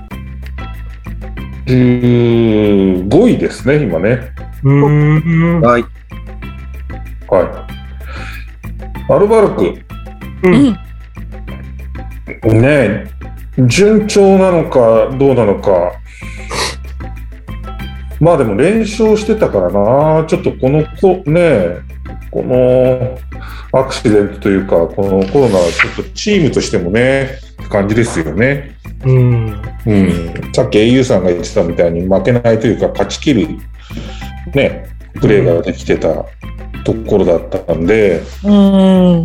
[SPEAKER 5] 15位ですね、今ね。
[SPEAKER 1] うん。
[SPEAKER 4] はい。
[SPEAKER 5] はい。アルバルク、
[SPEAKER 1] うん。
[SPEAKER 5] ねえ順調なのかどうなのかまあでも連勝してたからなちょっとこのこねえこのアクシデントというかこのコロナはちょっとチームとしてもねって感じですよね、
[SPEAKER 1] うん。
[SPEAKER 5] うん、さっき au さんが言ってたみたいに負けないというか勝ちきるねプレーができてたところだったんで、
[SPEAKER 2] うん。
[SPEAKER 5] うん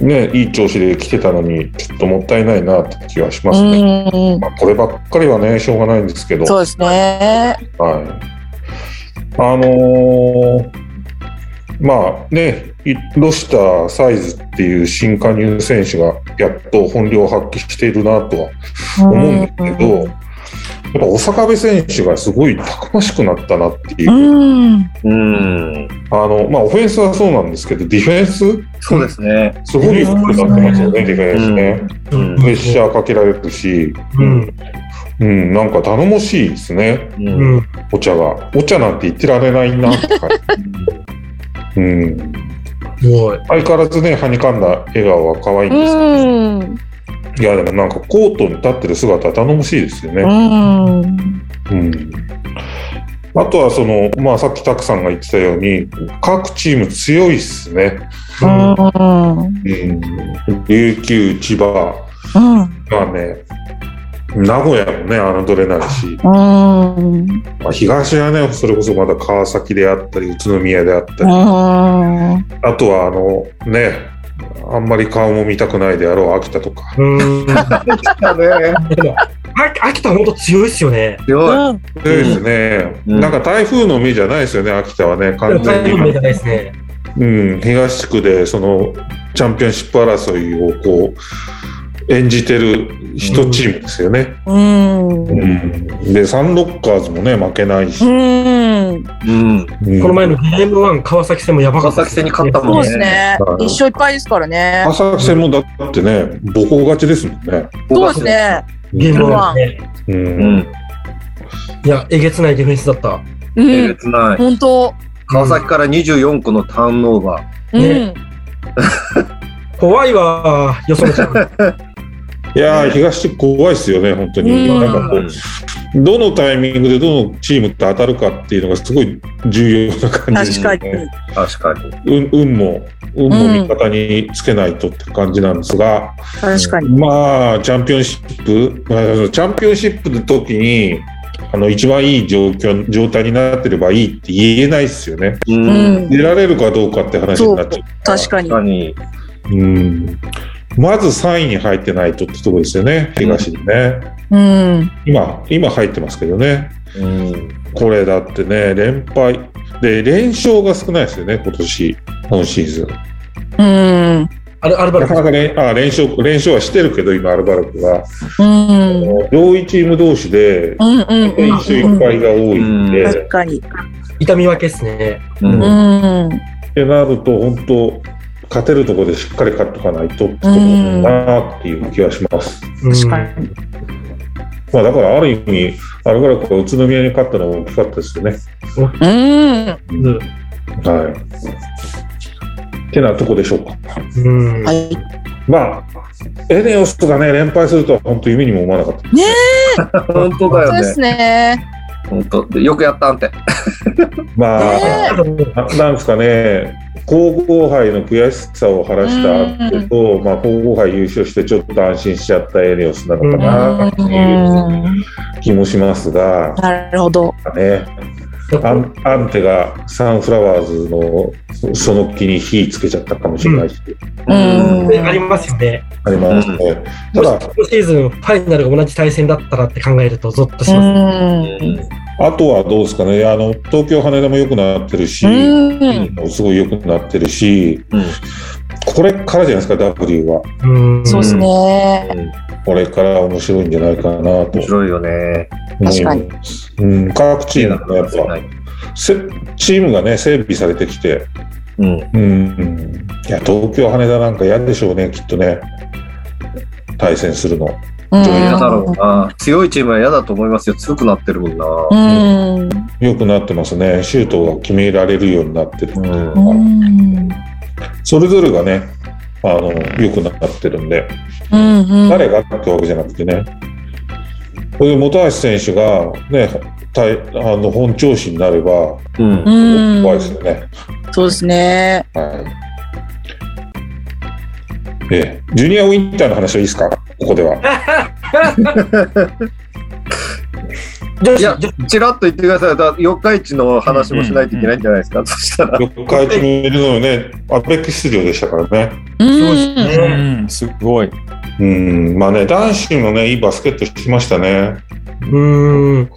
[SPEAKER 5] ね、いい調子で来てたのに、ちょっともったいないなって気はしますね。
[SPEAKER 2] うん。
[SPEAKER 5] まあ、こればっかりはね、しょうがないんですけど、
[SPEAKER 2] そう
[SPEAKER 5] はい、
[SPEAKER 2] ですね。
[SPEAKER 5] あのーまあね、いロシターサイズっていう新加入選手がやっと本領を発揮しているなとは思うんですけど、やっぱ大阪部選手がすごいたくましくなったなっていう、
[SPEAKER 2] うん。
[SPEAKER 4] うん。
[SPEAKER 5] あのまあ、オフェンスはそうなんですけど、ディフェンス、
[SPEAKER 4] そうですね。
[SPEAKER 5] すごい良くなってますよね、ディフェンスね。
[SPEAKER 4] うん
[SPEAKER 5] プレッシャーかけられるし、
[SPEAKER 1] うん。
[SPEAKER 5] うん、なんか頼もしいですね、
[SPEAKER 4] う。
[SPEAKER 1] うんん。
[SPEAKER 5] お茶が。お茶なんて言ってられないなって感じ、うん、
[SPEAKER 1] すごい。
[SPEAKER 5] 相変わらずね、はにかんだ笑顔は可愛いんですけ
[SPEAKER 2] うん。
[SPEAKER 5] ど、いや、でもなんかコートに立ってる姿は頼もしいですよね。
[SPEAKER 2] うん。
[SPEAKER 5] うんあとはその、まあ、さっきたくさんが言ってたように、各チーム強いっすね。
[SPEAKER 1] うん。
[SPEAKER 5] うん、琉球、千葉、
[SPEAKER 2] うん。
[SPEAKER 5] まあね、名古屋もね、侮れないし、
[SPEAKER 2] うん。うん。
[SPEAKER 5] まあ、東はね、それこそまだ川崎であったり、宇都宮であったり、あとはあの、ね、あんまり顔も見たくないであろう秋田とか、
[SPEAKER 1] うん。
[SPEAKER 4] だね。
[SPEAKER 1] でも、あ秋田本当強いですよね。
[SPEAKER 4] 強い。
[SPEAKER 5] ですね、
[SPEAKER 4] うん
[SPEAKER 5] なんか台風の目じゃないですよね、秋田はね、完全に
[SPEAKER 1] 台風の目じゃないですね。
[SPEAKER 5] うん、東地区でそのチャンピオンシップ争いをこう演じてる一チームですよね、
[SPEAKER 2] うん。
[SPEAKER 5] うんでサンロッカーズもね負けないし、
[SPEAKER 2] うん。
[SPEAKER 4] うん。
[SPEAKER 5] うん
[SPEAKER 1] この前のゲームワン川崎戦もやばかったですね。
[SPEAKER 4] 川崎戦に勝ったも
[SPEAKER 2] そ
[SPEAKER 4] ん
[SPEAKER 2] うですね。一勝いっぱいですからね。
[SPEAKER 5] 川崎戦もだってね母校勝ちですもんね、
[SPEAKER 2] そうですね。
[SPEAKER 1] ゲームワンね。
[SPEAKER 5] う
[SPEAKER 4] うんん。
[SPEAKER 1] いや、えげつないディフェンスだった。
[SPEAKER 4] え
[SPEAKER 2] う
[SPEAKER 4] げ
[SPEAKER 2] ん。
[SPEAKER 4] つない。
[SPEAKER 2] 本当。
[SPEAKER 4] 川崎から24個のターンオーバー。
[SPEAKER 2] う
[SPEAKER 1] ね
[SPEAKER 2] ん。
[SPEAKER 1] 怖いわー、よそ ちゃん。
[SPEAKER 5] いやー東地区怖いですよね本当に、
[SPEAKER 2] うん
[SPEAKER 5] なんかこうどのタイミングでどのチームって当たるかっていうのがすごい重要な感じ
[SPEAKER 2] 確か
[SPEAKER 5] で
[SPEAKER 2] に。
[SPEAKER 4] 確かに。
[SPEAKER 5] 運運も運も味方につけないとって感じなんですが。
[SPEAKER 2] 確かに。
[SPEAKER 5] まあ、チャンピオンシップ、まあチャンピオンシップの時に、あの一番いい状況状態になってればいいって言えないですよね。
[SPEAKER 4] う。
[SPEAKER 2] うんん。
[SPEAKER 5] 出られるかどうかって話になっちゃ
[SPEAKER 2] 確かに
[SPEAKER 4] 確。かに。
[SPEAKER 5] う。うん。まず3位に入ってないとってとこですよね、東にね。
[SPEAKER 2] うん。
[SPEAKER 5] 今、今入ってますけどね。
[SPEAKER 4] うん。
[SPEAKER 5] これだってね、連敗。で、連勝が少ないですよね、今年、今シーズン。
[SPEAKER 2] うん。
[SPEAKER 1] アルアルバ
[SPEAKER 5] な
[SPEAKER 1] ル
[SPEAKER 5] か
[SPEAKER 1] ク
[SPEAKER 5] なかね、あ連勝、連勝はしてるけど、今、アルバルクは。
[SPEAKER 2] うん。
[SPEAKER 5] 上位チーム同士で、
[SPEAKER 2] うんうんう
[SPEAKER 5] 練習いっ
[SPEAKER 2] ん
[SPEAKER 5] ぱいが多いんで、
[SPEAKER 4] うん
[SPEAKER 2] 確かに。
[SPEAKER 1] 痛み分けですね。
[SPEAKER 2] う
[SPEAKER 4] うん。
[SPEAKER 2] ん。
[SPEAKER 5] ってなると、本当、勝てるところでしっかり勝っとかないとってところだなっていう気がします。
[SPEAKER 1] うん
[SPEAKER 2] 確かに。
[SPEAKER 5] まあ、だから、ある意味、あれからこう宇都宮に勝ったのは大きかったですよね。
[SPEAKER 2] うん。
[SPEAKER 1] うん
[SPEAKER 5] はい。ってなとこでしょうか。
[SPEAKER 1] うん
[SPEAKER 2] はい。
[SPEAKER 5] まあ、エネオスがね、連敗するとは本当、夢にも思わなかった。
[SPEAKER 4] 本
[SPEAKER 2] そ
[SPEAKER 4] 当だ
[SPEAKER 2] うで
[SPEAKER 4] よね
[SPEAKER 2] す。ね。
[SPEAKER 4] 本当。でよくやったあんて。
[SPEAKER 5] まあ、
[SPEAKER 2] ね
[SPEAKER 5] ななんですかね、皇后杯の悔しさを晴らした後と、まあ、皇后杯優勝して、ちょっと安心しちゃったエネオスなのかなっていう気もしますが、
[SPEAKER 2] なるほど。
[SPEAKER 5] ね、アンアンテがサンフラワーズのそその気に火つけちゃったかもしれないし、
[SPEAKER 2] うん
[SPEAKER 1] でありますよね。
[SPEAKER 5] ありますね。
[SPEAKER 1] もし
[SPEAKER 5] ただ、
[SPEAKER 1] 今シーズンファイナルが同じ対戦だったらって考えるとゾッとし
[SPEAKER 2] う
[SPEAKER 1] ます。
[SPEAKER 2] ん。
[SPEAKER 5] あとはどうですかね、あの東京・羽田も良くなってるし、
[SPEAKER 2] うん。
[SPEAKER 5] すごい良くなってるし、
[SPEAKER 4] うん
[SPEAKER 5] これからじゃないですか、W は。
[SPEAKER 1] うん
[SPEAKER 2] そうですね。
[SPEAKER 5] これから面白いんじゃないかなと
[SPEAKER 4] 面白いよね。
[SPEAKER 5] 思
[SPEAKER 2] 確か
[SPEAKER 5] い
[SPEAKER 2] に
[SPEAKER 5] ます。うん、各チームがやっぱせチームがね整備されてきて、
[SPEAKER 4] うん。
[SPEAKER 5] うんうん、いや東京羽田なんか嫌でしょうねきっとね対戦するの。
[SPEAKER 2] うん。
[SPEAKER 4] 嫌だろうな。強いチームは嫌だと思いますよ。強くなってるもん
[SPEAKER 2] う
[SPEAKER 4] な。
[SPEAKER 2] ん。
[SPEAKER 5] 良くなってますねシュートが決められるようになってる、
[SPEAKER 4] うん
[SPEAKER 2] うん。
[SPEAKER 5] それぞれがねあの良くなってるんで、
[SPEAKER 2] うん。
[SPEAKER 5] 誰がってわけじゃなくてねこれで本橋選手がね対あの本調子になれば
[SPEAKER 4] うん。
[SPEAKER 2] うん。
[SPEAKER 5] 怖いですよね。
[SPEAKER 2] そうですね。
[SPEAKER 5] はい。ええ、ジュニアウィンターの話はいいですか、ここでは。
[SPEAKER 1] 女子
[SPEAKER 4] いや
[SPEAKER 1] 女子、
[SPEAKER 4] ちらっと言ってください。だ四日市の話もしないといけないんじゃないですか。そしたら。
[SPEAKER 5] 四日市にいるのはね、アペックス出場でしたからね。
[SPEAKER 2] う
[SPEAKER 3] そうです
[SPEAKER 2] ん。
[SPEAKER 3] ね。うん、すごい。
[SPEAKER 5] うん、まあね、男子もね、いいバスケットしましたね。
[SPEAKER 1] うん。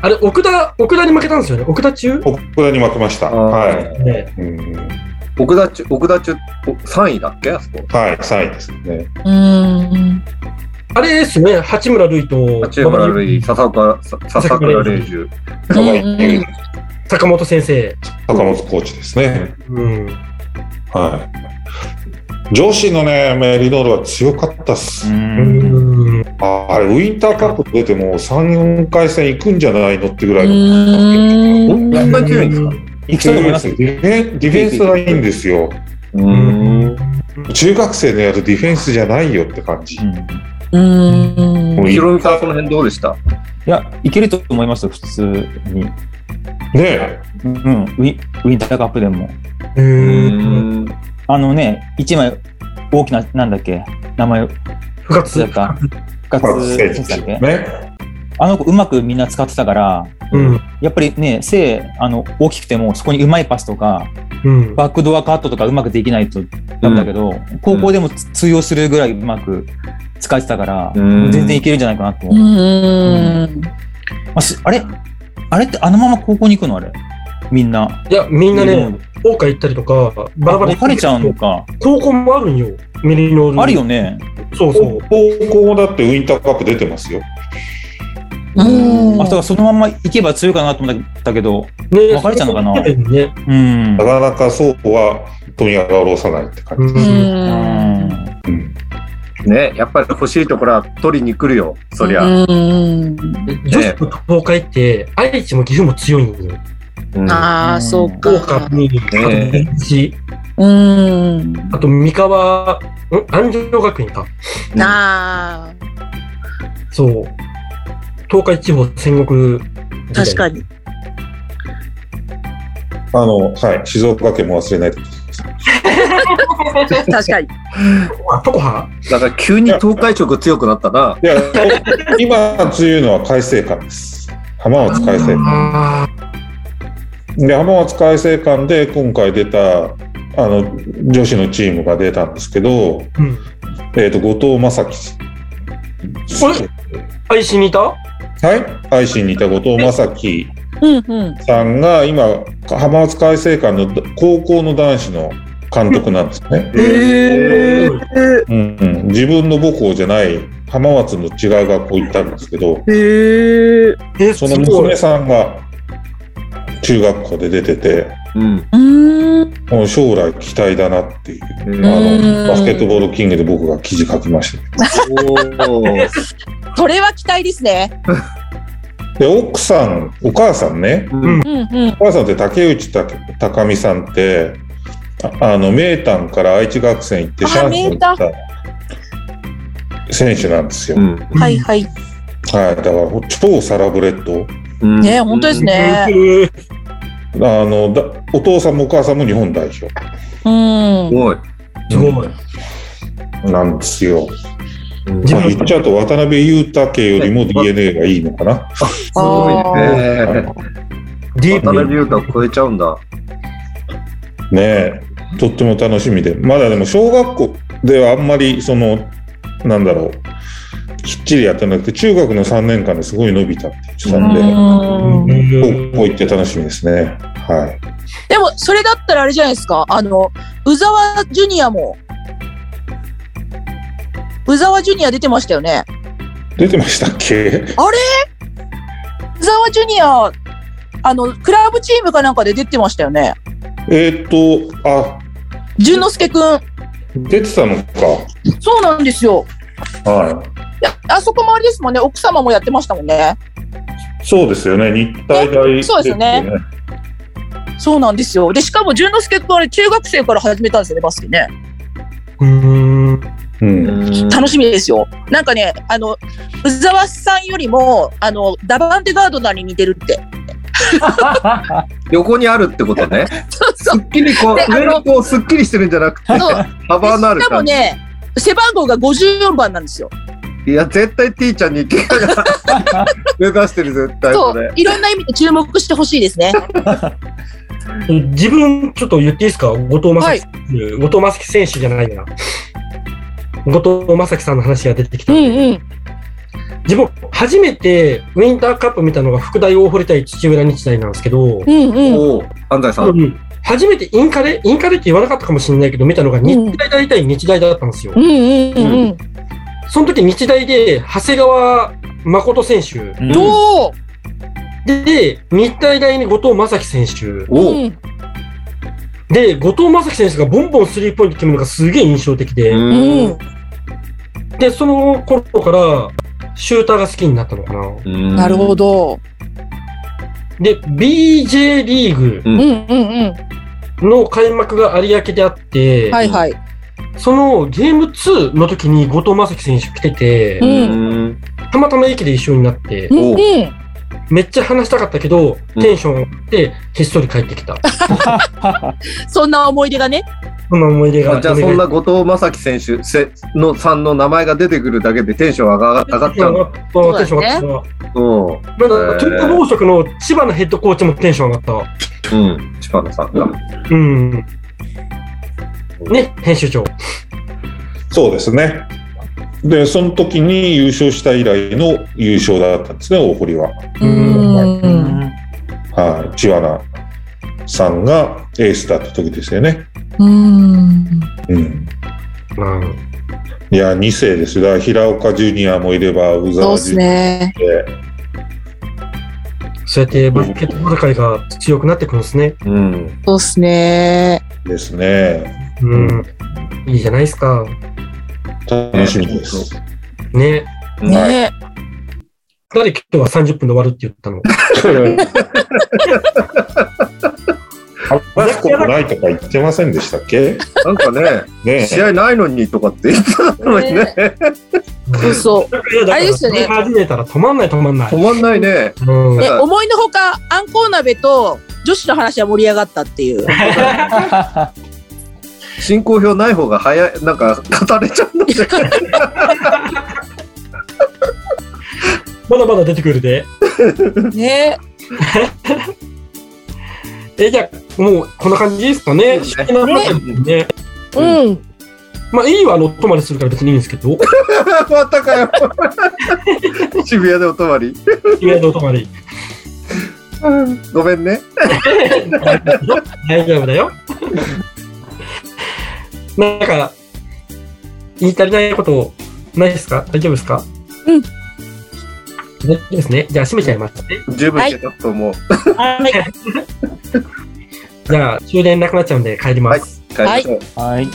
[SPEAKER 1] あれ奥田奥田に負けたんですよね。奥田中？
[SPEAKER 5] 奥田に負けました。は
[SPEAKER 1] ね。
[SPEAKER 5] い。うん、
[SPEAKER 4] い。奥田中、奥田中、お三位だっけあそこ。
[SPEAKER 5] はい、三位ですね。
[SPEAKER 2] うん。
[SPEAKER 1] あれですね。八村塁と
[SPEAKER 4] 八村塁、笹岡、さ笹倉礼樹。
[SPEAKER 2] うん
[SPEAKER 1] 坂本先生。
[SPEAKER 5] 坂本コーチですね。
[SPEAKER 1] うん。
[SPEAKER 5] はい。女子のね、メリノールは強かったっす
[SPEAKER 3] う。ん。
[SPEAKER 1] うん。
[SPEAKER 5] ああれ、ウィンターカップ出ても三四回戦行くんじゃないのってぐらい
[SPEAKER 2] う
[SPEAKER 5] の。
[SPEAKER 2] ん。
[SPEAKER 4] そんなに強いんですか
[SPEAKER 5] 行きたいと思いますよディフェンディフェンスがいいんですよ。
[SPEAKER 4] う。
[SPEAKER 1] うんん。
[SPEAKER 5] 中学生のやるディフェンスじゃないよって感じ。
[SPEAKER 2] うん。
[SPEAKER 5] もうい
[SPEAKER 4] ヒロミさん、この辺どうでした
[SPEAKER 3] いや、いけると思いますよ、普通に。
[SPEAKER 5] ねえ。
[SPEAKER 3] うん、ウィウィンターカップでも。
[SPEAKER 1] う。。
[SPEAKER 4] うん
[SPEAKER 3] あのね、一枚大きな、なんだっけ、名前、
[SPEAKER 1] 復活
[SPEAKER 3] なん。か、活
[SPEAKER 5] セン
[SPEAKER 3] 選手
[SPEAKER 5] チ
[SPEAKER 3] だね。
[SPEAKER 5] ね。
[SPEAKER 3] あの子うまくみんな使ってたから、
[SPEAKER 1] うん。
[SPEAKER 3] やっぱりね、背あの大きくても、そこにうまいパスとか、
[SPEAKER 1] うん。
[SPEAKER 3] バックドアカットとかうまくできないとダメだけど、高校でもつ通用するぐらいうまく使ってたから、
[SPEAKER 4] うん
[SPEAKER 3] 全然いけるんじゃないかなと。
[SPEAKER 2] う
[SPEAKER 3] ま
[SPEAKER 2] ん。
[SPEAKER 3] あすあれあれってあのまま高校に行くのあれみんな。
[SPEAKER 1] いや、みんな
[SPEAKER 3] う
[SPEAKER 1] ね、
[SPEAKER 3] ん
[SPEAKER 1] 大川行ったりとか、バラバラ行
[SPEAKER 3] 別
[SPEAKER 1] った
[SPEAKER 3] れ
[SPEAKER 1] り
[SPEAKER 3] ちゃうのか。
[SPEAKER 1] 高校もあるんよ。ミリノール。
[SPEAKER 3] あるよね。
[SPEAKER 1] そうそう。
[SPEAKER 5] 高校だってウィンターカップ出てますよ。
[SPEAKER 2] うん。
[SPEAKER 3] あだからそのまま行けば強いかなと思ったけど、
[SPEAKER 1] ね
[SPEAKER 3] 別れちゃうのかな
[SPEAKER 1] そういうことだよね。
[SPEAKER 3] うん
[SPEAKER 5] な。かなかそうは問屋が下ろさないって感
[SPEAKER 1] うん。
[SPEAKER 5] じ。
[SPEAKER 3] うん
[SPEAKER 5] うん
[SPEAKER 4] ね、やっぱり欲しいところは取りに来るよ、そりゃ。
[SPEAKER 2] うん。
[SPEAKER 1] 女子の東海って、愛知も岐阜も強いんよ。
[SPEAKER 4] うん
[SPEAKER 2] ああ、そう
[SPEAKER 1] 大川
[SPEAKER 2] か。
[SPEAKER 1] に、あと
[SPEAKER 4] ねえ
[SPEAKER 1] 明治、
[SPEAKER 2] うん。
[SPEAKER 1] あと三河、ん安城学院か。
[SPEAKER 2] なあ、
[SPEAKER 1] そう。東海地方戦国時代。
[SPEAKER 2] 確かに。
[SPEAKER 5] あの、はい、静岡県も忘れないでください。
[SPEAKER 2] 確かに。
[SPEAKER 1] あ、トコハ
[SPEAKER 4] だから急に東海色強くなったな。
[SPEAKER 5] いや、 お今強いのは海星館です。浜松海星館。
[SPEAKER 1] あ
[SPEAKER 5] で、浜松海星館で今回出た、あの、女子のチームが出たんですけど、
[SPEAKER 1] ーうん。
[SPEAKER 5] えっ、と、後藤正樹。
[SPEAKER 1] 愛知にいた
[SPEAKER 5] はい、愛心にいた後藤正樹
[SPEAKER 2] うんうん。
[SPEAKER 5] さんが今、浜松海星館の高校の男子の監督なんですね。
[SPEAKER 6] え
[SPEAKER 1] ー
[SPEAKER 5] うんうん、自分の母校じゃない浜松の違う学校行ったんですけど、
[SPEAKER 2] へえ。
[SPEAKER 1] え、
[SPEAKER 5] そ
[SPEAKER 1] す
[SPEAKER 5] の
[SPEAKER 1] ごい
[SPEAKER 5] 娘。さんが中学校で出てて、
[SPEAKER 4] うん。
[SPEAKER 2] うん。
[SPEAKER 5] もう将来期待だなっていう、あ
[SPEAKER 2] うん
[SPEAKER 5] のバスケットボールキングで僕が記事書きました。
[SPEAKER 4] おー
[SPEAKER 2] それは期待ですね。
[SPEAKER 5] で、奥さん、お母さんね、
[SPEAKER 4] うん
[SPEAKER 2] うんうん。
[SPEAKER 5] お母さんって竹内たけ高見さんって、ああの、名探から愛知学生行って、
[SPEAKER 2] あ
[SPEAKER 5] シャンソン行った選手なんですよ。
[SPEAKER 4] うん
[SPEAKER 2] はいはい。
[SPEAKER 5] はい、だから超サラブレッド。
[SPEAKER 4] うん
[SPEAKER 2] ね本当ですね。
[SPEAKER 5] あのだお父さんもお母さんも日本代表
[SPEAKER 2] うん
[SPEAKER 4] す。ごい。
[SPEAKER 1] すごい。
[SPEAKER 5] なんですよ。
[SPEAKER 4] うん
[SPEAKER 1] 自
[SPEAKER 5] ま
[SPEAKER 1] 分
[SPEAKER 5] あ、言っちゃうと渡辺裕太系よりも DNA がいいのかな。
[SPEAKER 4] すごいね。
[SPEAKER 1] ディー
[SPEAKER 4] 渡
[SPEAKER 1] プ。
[SPEAKER 4] 辺優香を超えちゃうんだ。
[SPEAKER 5] ねえ、とっても楽しみで。まだでも小学校ではあんまりその、なんだろう、きっちりやってなくて、中学の3年間ですごい伸びたって言ってたんで、
[SPEAKER 2] うん
[SPEAKER 5] ここ行って楽しみですね。はい。
[SPEAKER 2] でもそれだったらあれじゃないですかあの宇沢ジュニアも宇沢ジュニア出てましたよね
[SPEAKER 5] 出てましたっけ
[SPEAKER 2] 宇沢ジュニアあのクラブチームかなんかで出てましたよね
[SPEAKER 5] えーっと、あ、
[SPEAKER 2] 淳之介くん
[SPEAKER 5] 出てたの
[SPEAKER 2] そうなんですよ
[SPEAKER 5] か。はい
[SPEAKER 2] やあそこもあれですもんね奥様もやってましたもんね
[SPEAKER 5] い。そうですよね。日体大
[SPEAKER 2] えそうですよねそうなんですよでしかも淳之介くんあれ中学生から始めたんですよねバスケね
[SPEAKER 1] うん。
[SPEAKER 5] ですよね。
[SPEAKER 2] 楽しみですよなんかねあの宇沢さんよりもあのダバンテガードナーに似てるって
[SPEAKER 4] 横にあるってことね。
[SPEAKER 2] そう そう
[SPEAKER 4] すっきりこ
[SPEAKER 2] で
[SPEAKER 4] う、
[SPEAKER 2] あ
[SPEAKER 4] 上
[SPEAKER 2] の
[SPEAKER 4] にこう、すっきりしてるんじゃなくて、
[SPEAKER 2] そう
[SPEAKER 4] 幅のある
[SPEAKER 2] しかも
[SPEAKER 4] 感じ。
[SPEAKER 2] ね、背番号が54番なんですよ。
[SPEAKER 4] いや、絶対 T ちゃんに怪我が 目指してる、絶対
[SPEAKER 2] そ
[SPEAKER 4] こ
[SPEAKER 2] う
[SPEAKER 4] れ。、
[SPEAKER 2] いろんな意味で注目してほしいです ね。
[SPEAKER 1] 自分、ちょっと言っていいですか後藤正樹、後藤正樹選手じゃないな。後藤正樹さんの話が出てきた。
[SPEAKER 2] うん。
[SPEAKER 1] 自分、初めてウィンターカップ見たのが福大大堀対土浦日大なんですけど、
[SPEAKER 2] うん
[SPEAKER 4] おお、安西さん。
[SPEAKER 1] うん初めてインカレ、インカレって言わなかったかもしれないけど、見たのが日大大対日大だったんですよ。
[SPEAKER 2] んうん。
[SPEAKER 4] うんうん
[SPEAKER 1] その時日大で長谷川誠選手、
[SPEAKER 3] うん
[SPEAKER 2] どう
[SPEAKER 1] で、日体大に後藤正樹選手、
[SPEAKER 4] おお。
[SPEAKER 2] ん。
[SPEAKER 1] で、後藤正樹選手がボンボンスリーポイント決めるのがすげえ印象的で、
[SPEAKER 4] うん。
[SPEAKER 1] で、その頃からシューターが好きになったのかな。
[SPEAKER 2] なるほ
[SPEAKER 4] ど。
[SPEAKER 2] ど。
[SPEAKER 1] で、BJ リーグ
[SPEAKER 2] うんうんう
[SPEAKER 1] の開幕が有明であって、
[SPEAKER 2] ん。はいはい。
[SPEAKER 1] そのゲーム2の時に後藤正樹選手来てて、
[SPEAKER 2] う
[SPEAKER 4] うんん。
[SPEAKER 1] たまたま駅で一緒になって
[SPEAKER 2] う、ん
[SPEAKER 4] お
[SPEAKER 2] うん。
[SPEAKER 1] めっちゃ話したかったけど、テンション上がって、ひっそり帰ってきた。
[SPEAKER 2] そんな思い出がね。
[SPEAKER 1] そんな思い出
[SPEAKER 4] ま
[SPEAKER 1] が。
[SPEAKER 4] あじゃあそんな後藤正樹選手せのさんの名前が出てくるだけでテンション上が上がっ
[SPEAKER 1] テンシ
[SPEAKER 4] ちゃ
[SPEAKER 1] ョ
[SPEAKER 4] う
[SPEAKER 1] ン上
[SPEAKER 4] の。
[SPEAKER 1] がった。テンション上がった。
[SPEAKER 4] うん。
[SPEAKER 1] まだ、トップ暴食の千葉のヘッドコーチもテンション上がったわ。
[SPEAKER 4] うん。千葉のさんが。
[SPEAKER 1] うん。ね、編集長。
[SPEAKER 5] そうですね。で、その時に優勝した以来の優勝だったんですね、大堀は。
[SPEAKER 1] う
[SPEAKER 2] うんん。
[SPEAKER 5] はい。千花さんがエースだった時ですよね。
[SPEAKER 2] うん。
[SPEAKER 5] うん。
[SPEAKER 1] うん。
[SPEAKER 5] いや、2世ですよ。だから平岡ジュニアもいれば、
[SPEAKER 2] そう
[SPEAKER 5] 宇沢
[SPEAKER 2] っ
[SPEAKER 5] ジ
[SPEAKER 2] す
[SPEAKER 5] ュニア
[SPEAKER 2] ね。
[SPEAKER 1] そうやってバスケットボール界が強くなってくるんですね。
[SPEAKER 4] うん。
[SPEAKER 2] そうっすね。
[SPEAKER 5] ですね。
[SPEAKER 1] うん。いいじゃないですか。
[SPEAKER 5] 楽しみです。
[SPEAKER 1] ね。
[SPEAKER 4] はい。
[SPEAKER 2] ね
[SPEAKER 1] 誰今日は30分で終わるって言ったの。
[SPEAKER 5] 話すことないとか言ってませんでしたっけ
[SPEAKER 4] なんかね、
[SPEAKER 5] ね
[SPEAKER 4] 試合ないのにとかって言ってたのにね、
[SPEAKER 2] え。嘘。
[SPEAKER 1] いやだから
[SPEAKER 2] あれですよね
[SPEAKER 1] それ始めたら止まんない止まんない
[SPEAKER 4] 止。まんないね。
[SPEAKER 1] うん。
[SPEAKER 2] え、思いのほか、あんこう鍋と女子の話は盛り上がったって いう。
[SPEAKER 4] 進行表ない方が早い、なんか語れちゃうんだね。
[SPEAKER 1] まだまだ出てくるで。
[SPEAKER 2] ね
[SPEAKER 1] え、じゃあ、もうこんな感じですかね。
[SPEAKER 4] そ
[SPEAKER 1] 好
[SPEAKER 4] うね
[SPEAKER 1] きな話ですね。
[SPEAKER 2] うん。
[SPEAKER 1] まあ、いいはあの、お泊まりするから別にいいんですけ ど。
[SPEAKER 4] またかよ。渋谷でお泊まり。
[SPEAKER 1] 意外とお泊まり。
[SPEAKER 4] ごめんね。
[SPEAKER 1] 大丈夫だ よ。なんか、言い足りないことないですか大丈夫ですか
[SPEAKER 2] う
[SPEAKER 1] 大
[SPEAKER 2] ん
[SPEAKER 1] 丈夫ですね。じゃあ、閉めちゃいますね。
[SPEAKER 4] 十分してたと思う。
[SPEAKER 2] はい。
[SPEAKER 1] じゃあ、終電なくなっちゃうんで帰ります。
[SPEAKER 4] 帰りましょう。
[SPEAKER 3] はい。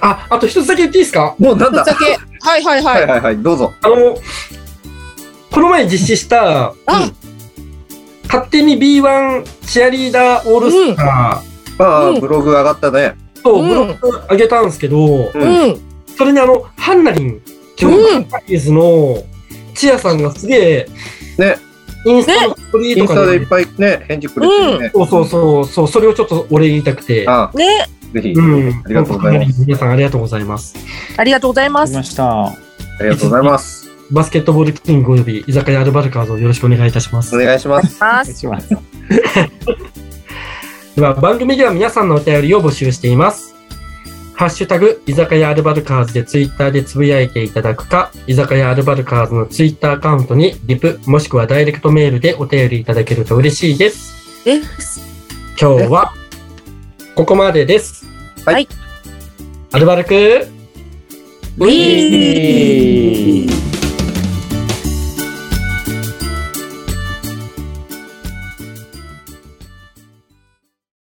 [SPEAKER 1] あ、あと一つだけ言っていいですか
[SPEAKER 4] もうなん
[SPEAKER 2] ぶっ
[SPEAKER 4] だ
[SPEAKER 2] ち。ゃけ。はいはい
[SPEAKER 4] は
[SPEAKER 2] はいい。
[SPEAKER 4] はいはい、どうぞ。
[SPEAKER 1] あの、この前実施した、
[SPEAKER 2] あ
[SPEAKER 1] 勝手に B1 チアリーダーオールスタ
[SPEAKER 4] ああ、
[SPEAKER 2] うん
[SPEAKER 4] ブログ上がったね。
[SPEAKER 1] ーと
[SPEAKER 2] うん
[SPEAKER 1] ブログ上げたんですけど、
[SPEAKER 4] う。
[SPEAKER 2] うんん。
[SPEAKER 1] それにあの、ハンナリン、今日のパイズのチアさんがすげえ、
[SPEAKER 4] ね
[SPEAKER 1] インスタのストーリー
[SPEAKER 4] イ
[SPEAKER 1] と
[SPEAKER 4] ンスタ
[SPEAKER 1] か
[SPEAKER 4] で
[SPEAKER 1] で、
[SPEAKER 4] いっぱいね、返事くれてるね。
[SPEAKER 1] そうそうそう、そうそれをちょっとお礼言いたくて、
[SPEAKER 4] あ
[SPEAKER 2] ね
[SPEAKER 4] あ、ぜひ。
[SPEAKER 1] うん、
[SPEAKER 4] ありがとうございます
[SPEAKER 1] す。皆さんありがとうございます。
[SPEAKER 2] ありがとうございま
[SPEAKER 3] 来
[SPEAKER 2] す
[SPEAKER 3] ま。した。
[SPEAKER 4] ありがとうございます。
[SPEAKER 1] バスケットボールキングおよび居酒屋アルバルカーズをよろしくお願いいたします
[SPEAKER 4] お。願いします。
[SPEAKER 2] ます。
[SPEAKER 1] では番組では皆さんのお便りを募集しています。ハッシュタグ、居酒屋アルバルカーズでツイッターでつぶやいていただくか、居酒屋アルバルカーズのツイッターアカウントにリプ、もしくはダイレクトメールでお便りいただけると嬉しいです。
[SPEAKER 2] です。。
[SPEAKER 1] 今日は、ここまでです。
[SPEAKER 4] はい
[SPEAKER 1] アルバルク
[SPEAKER 2] ウィーン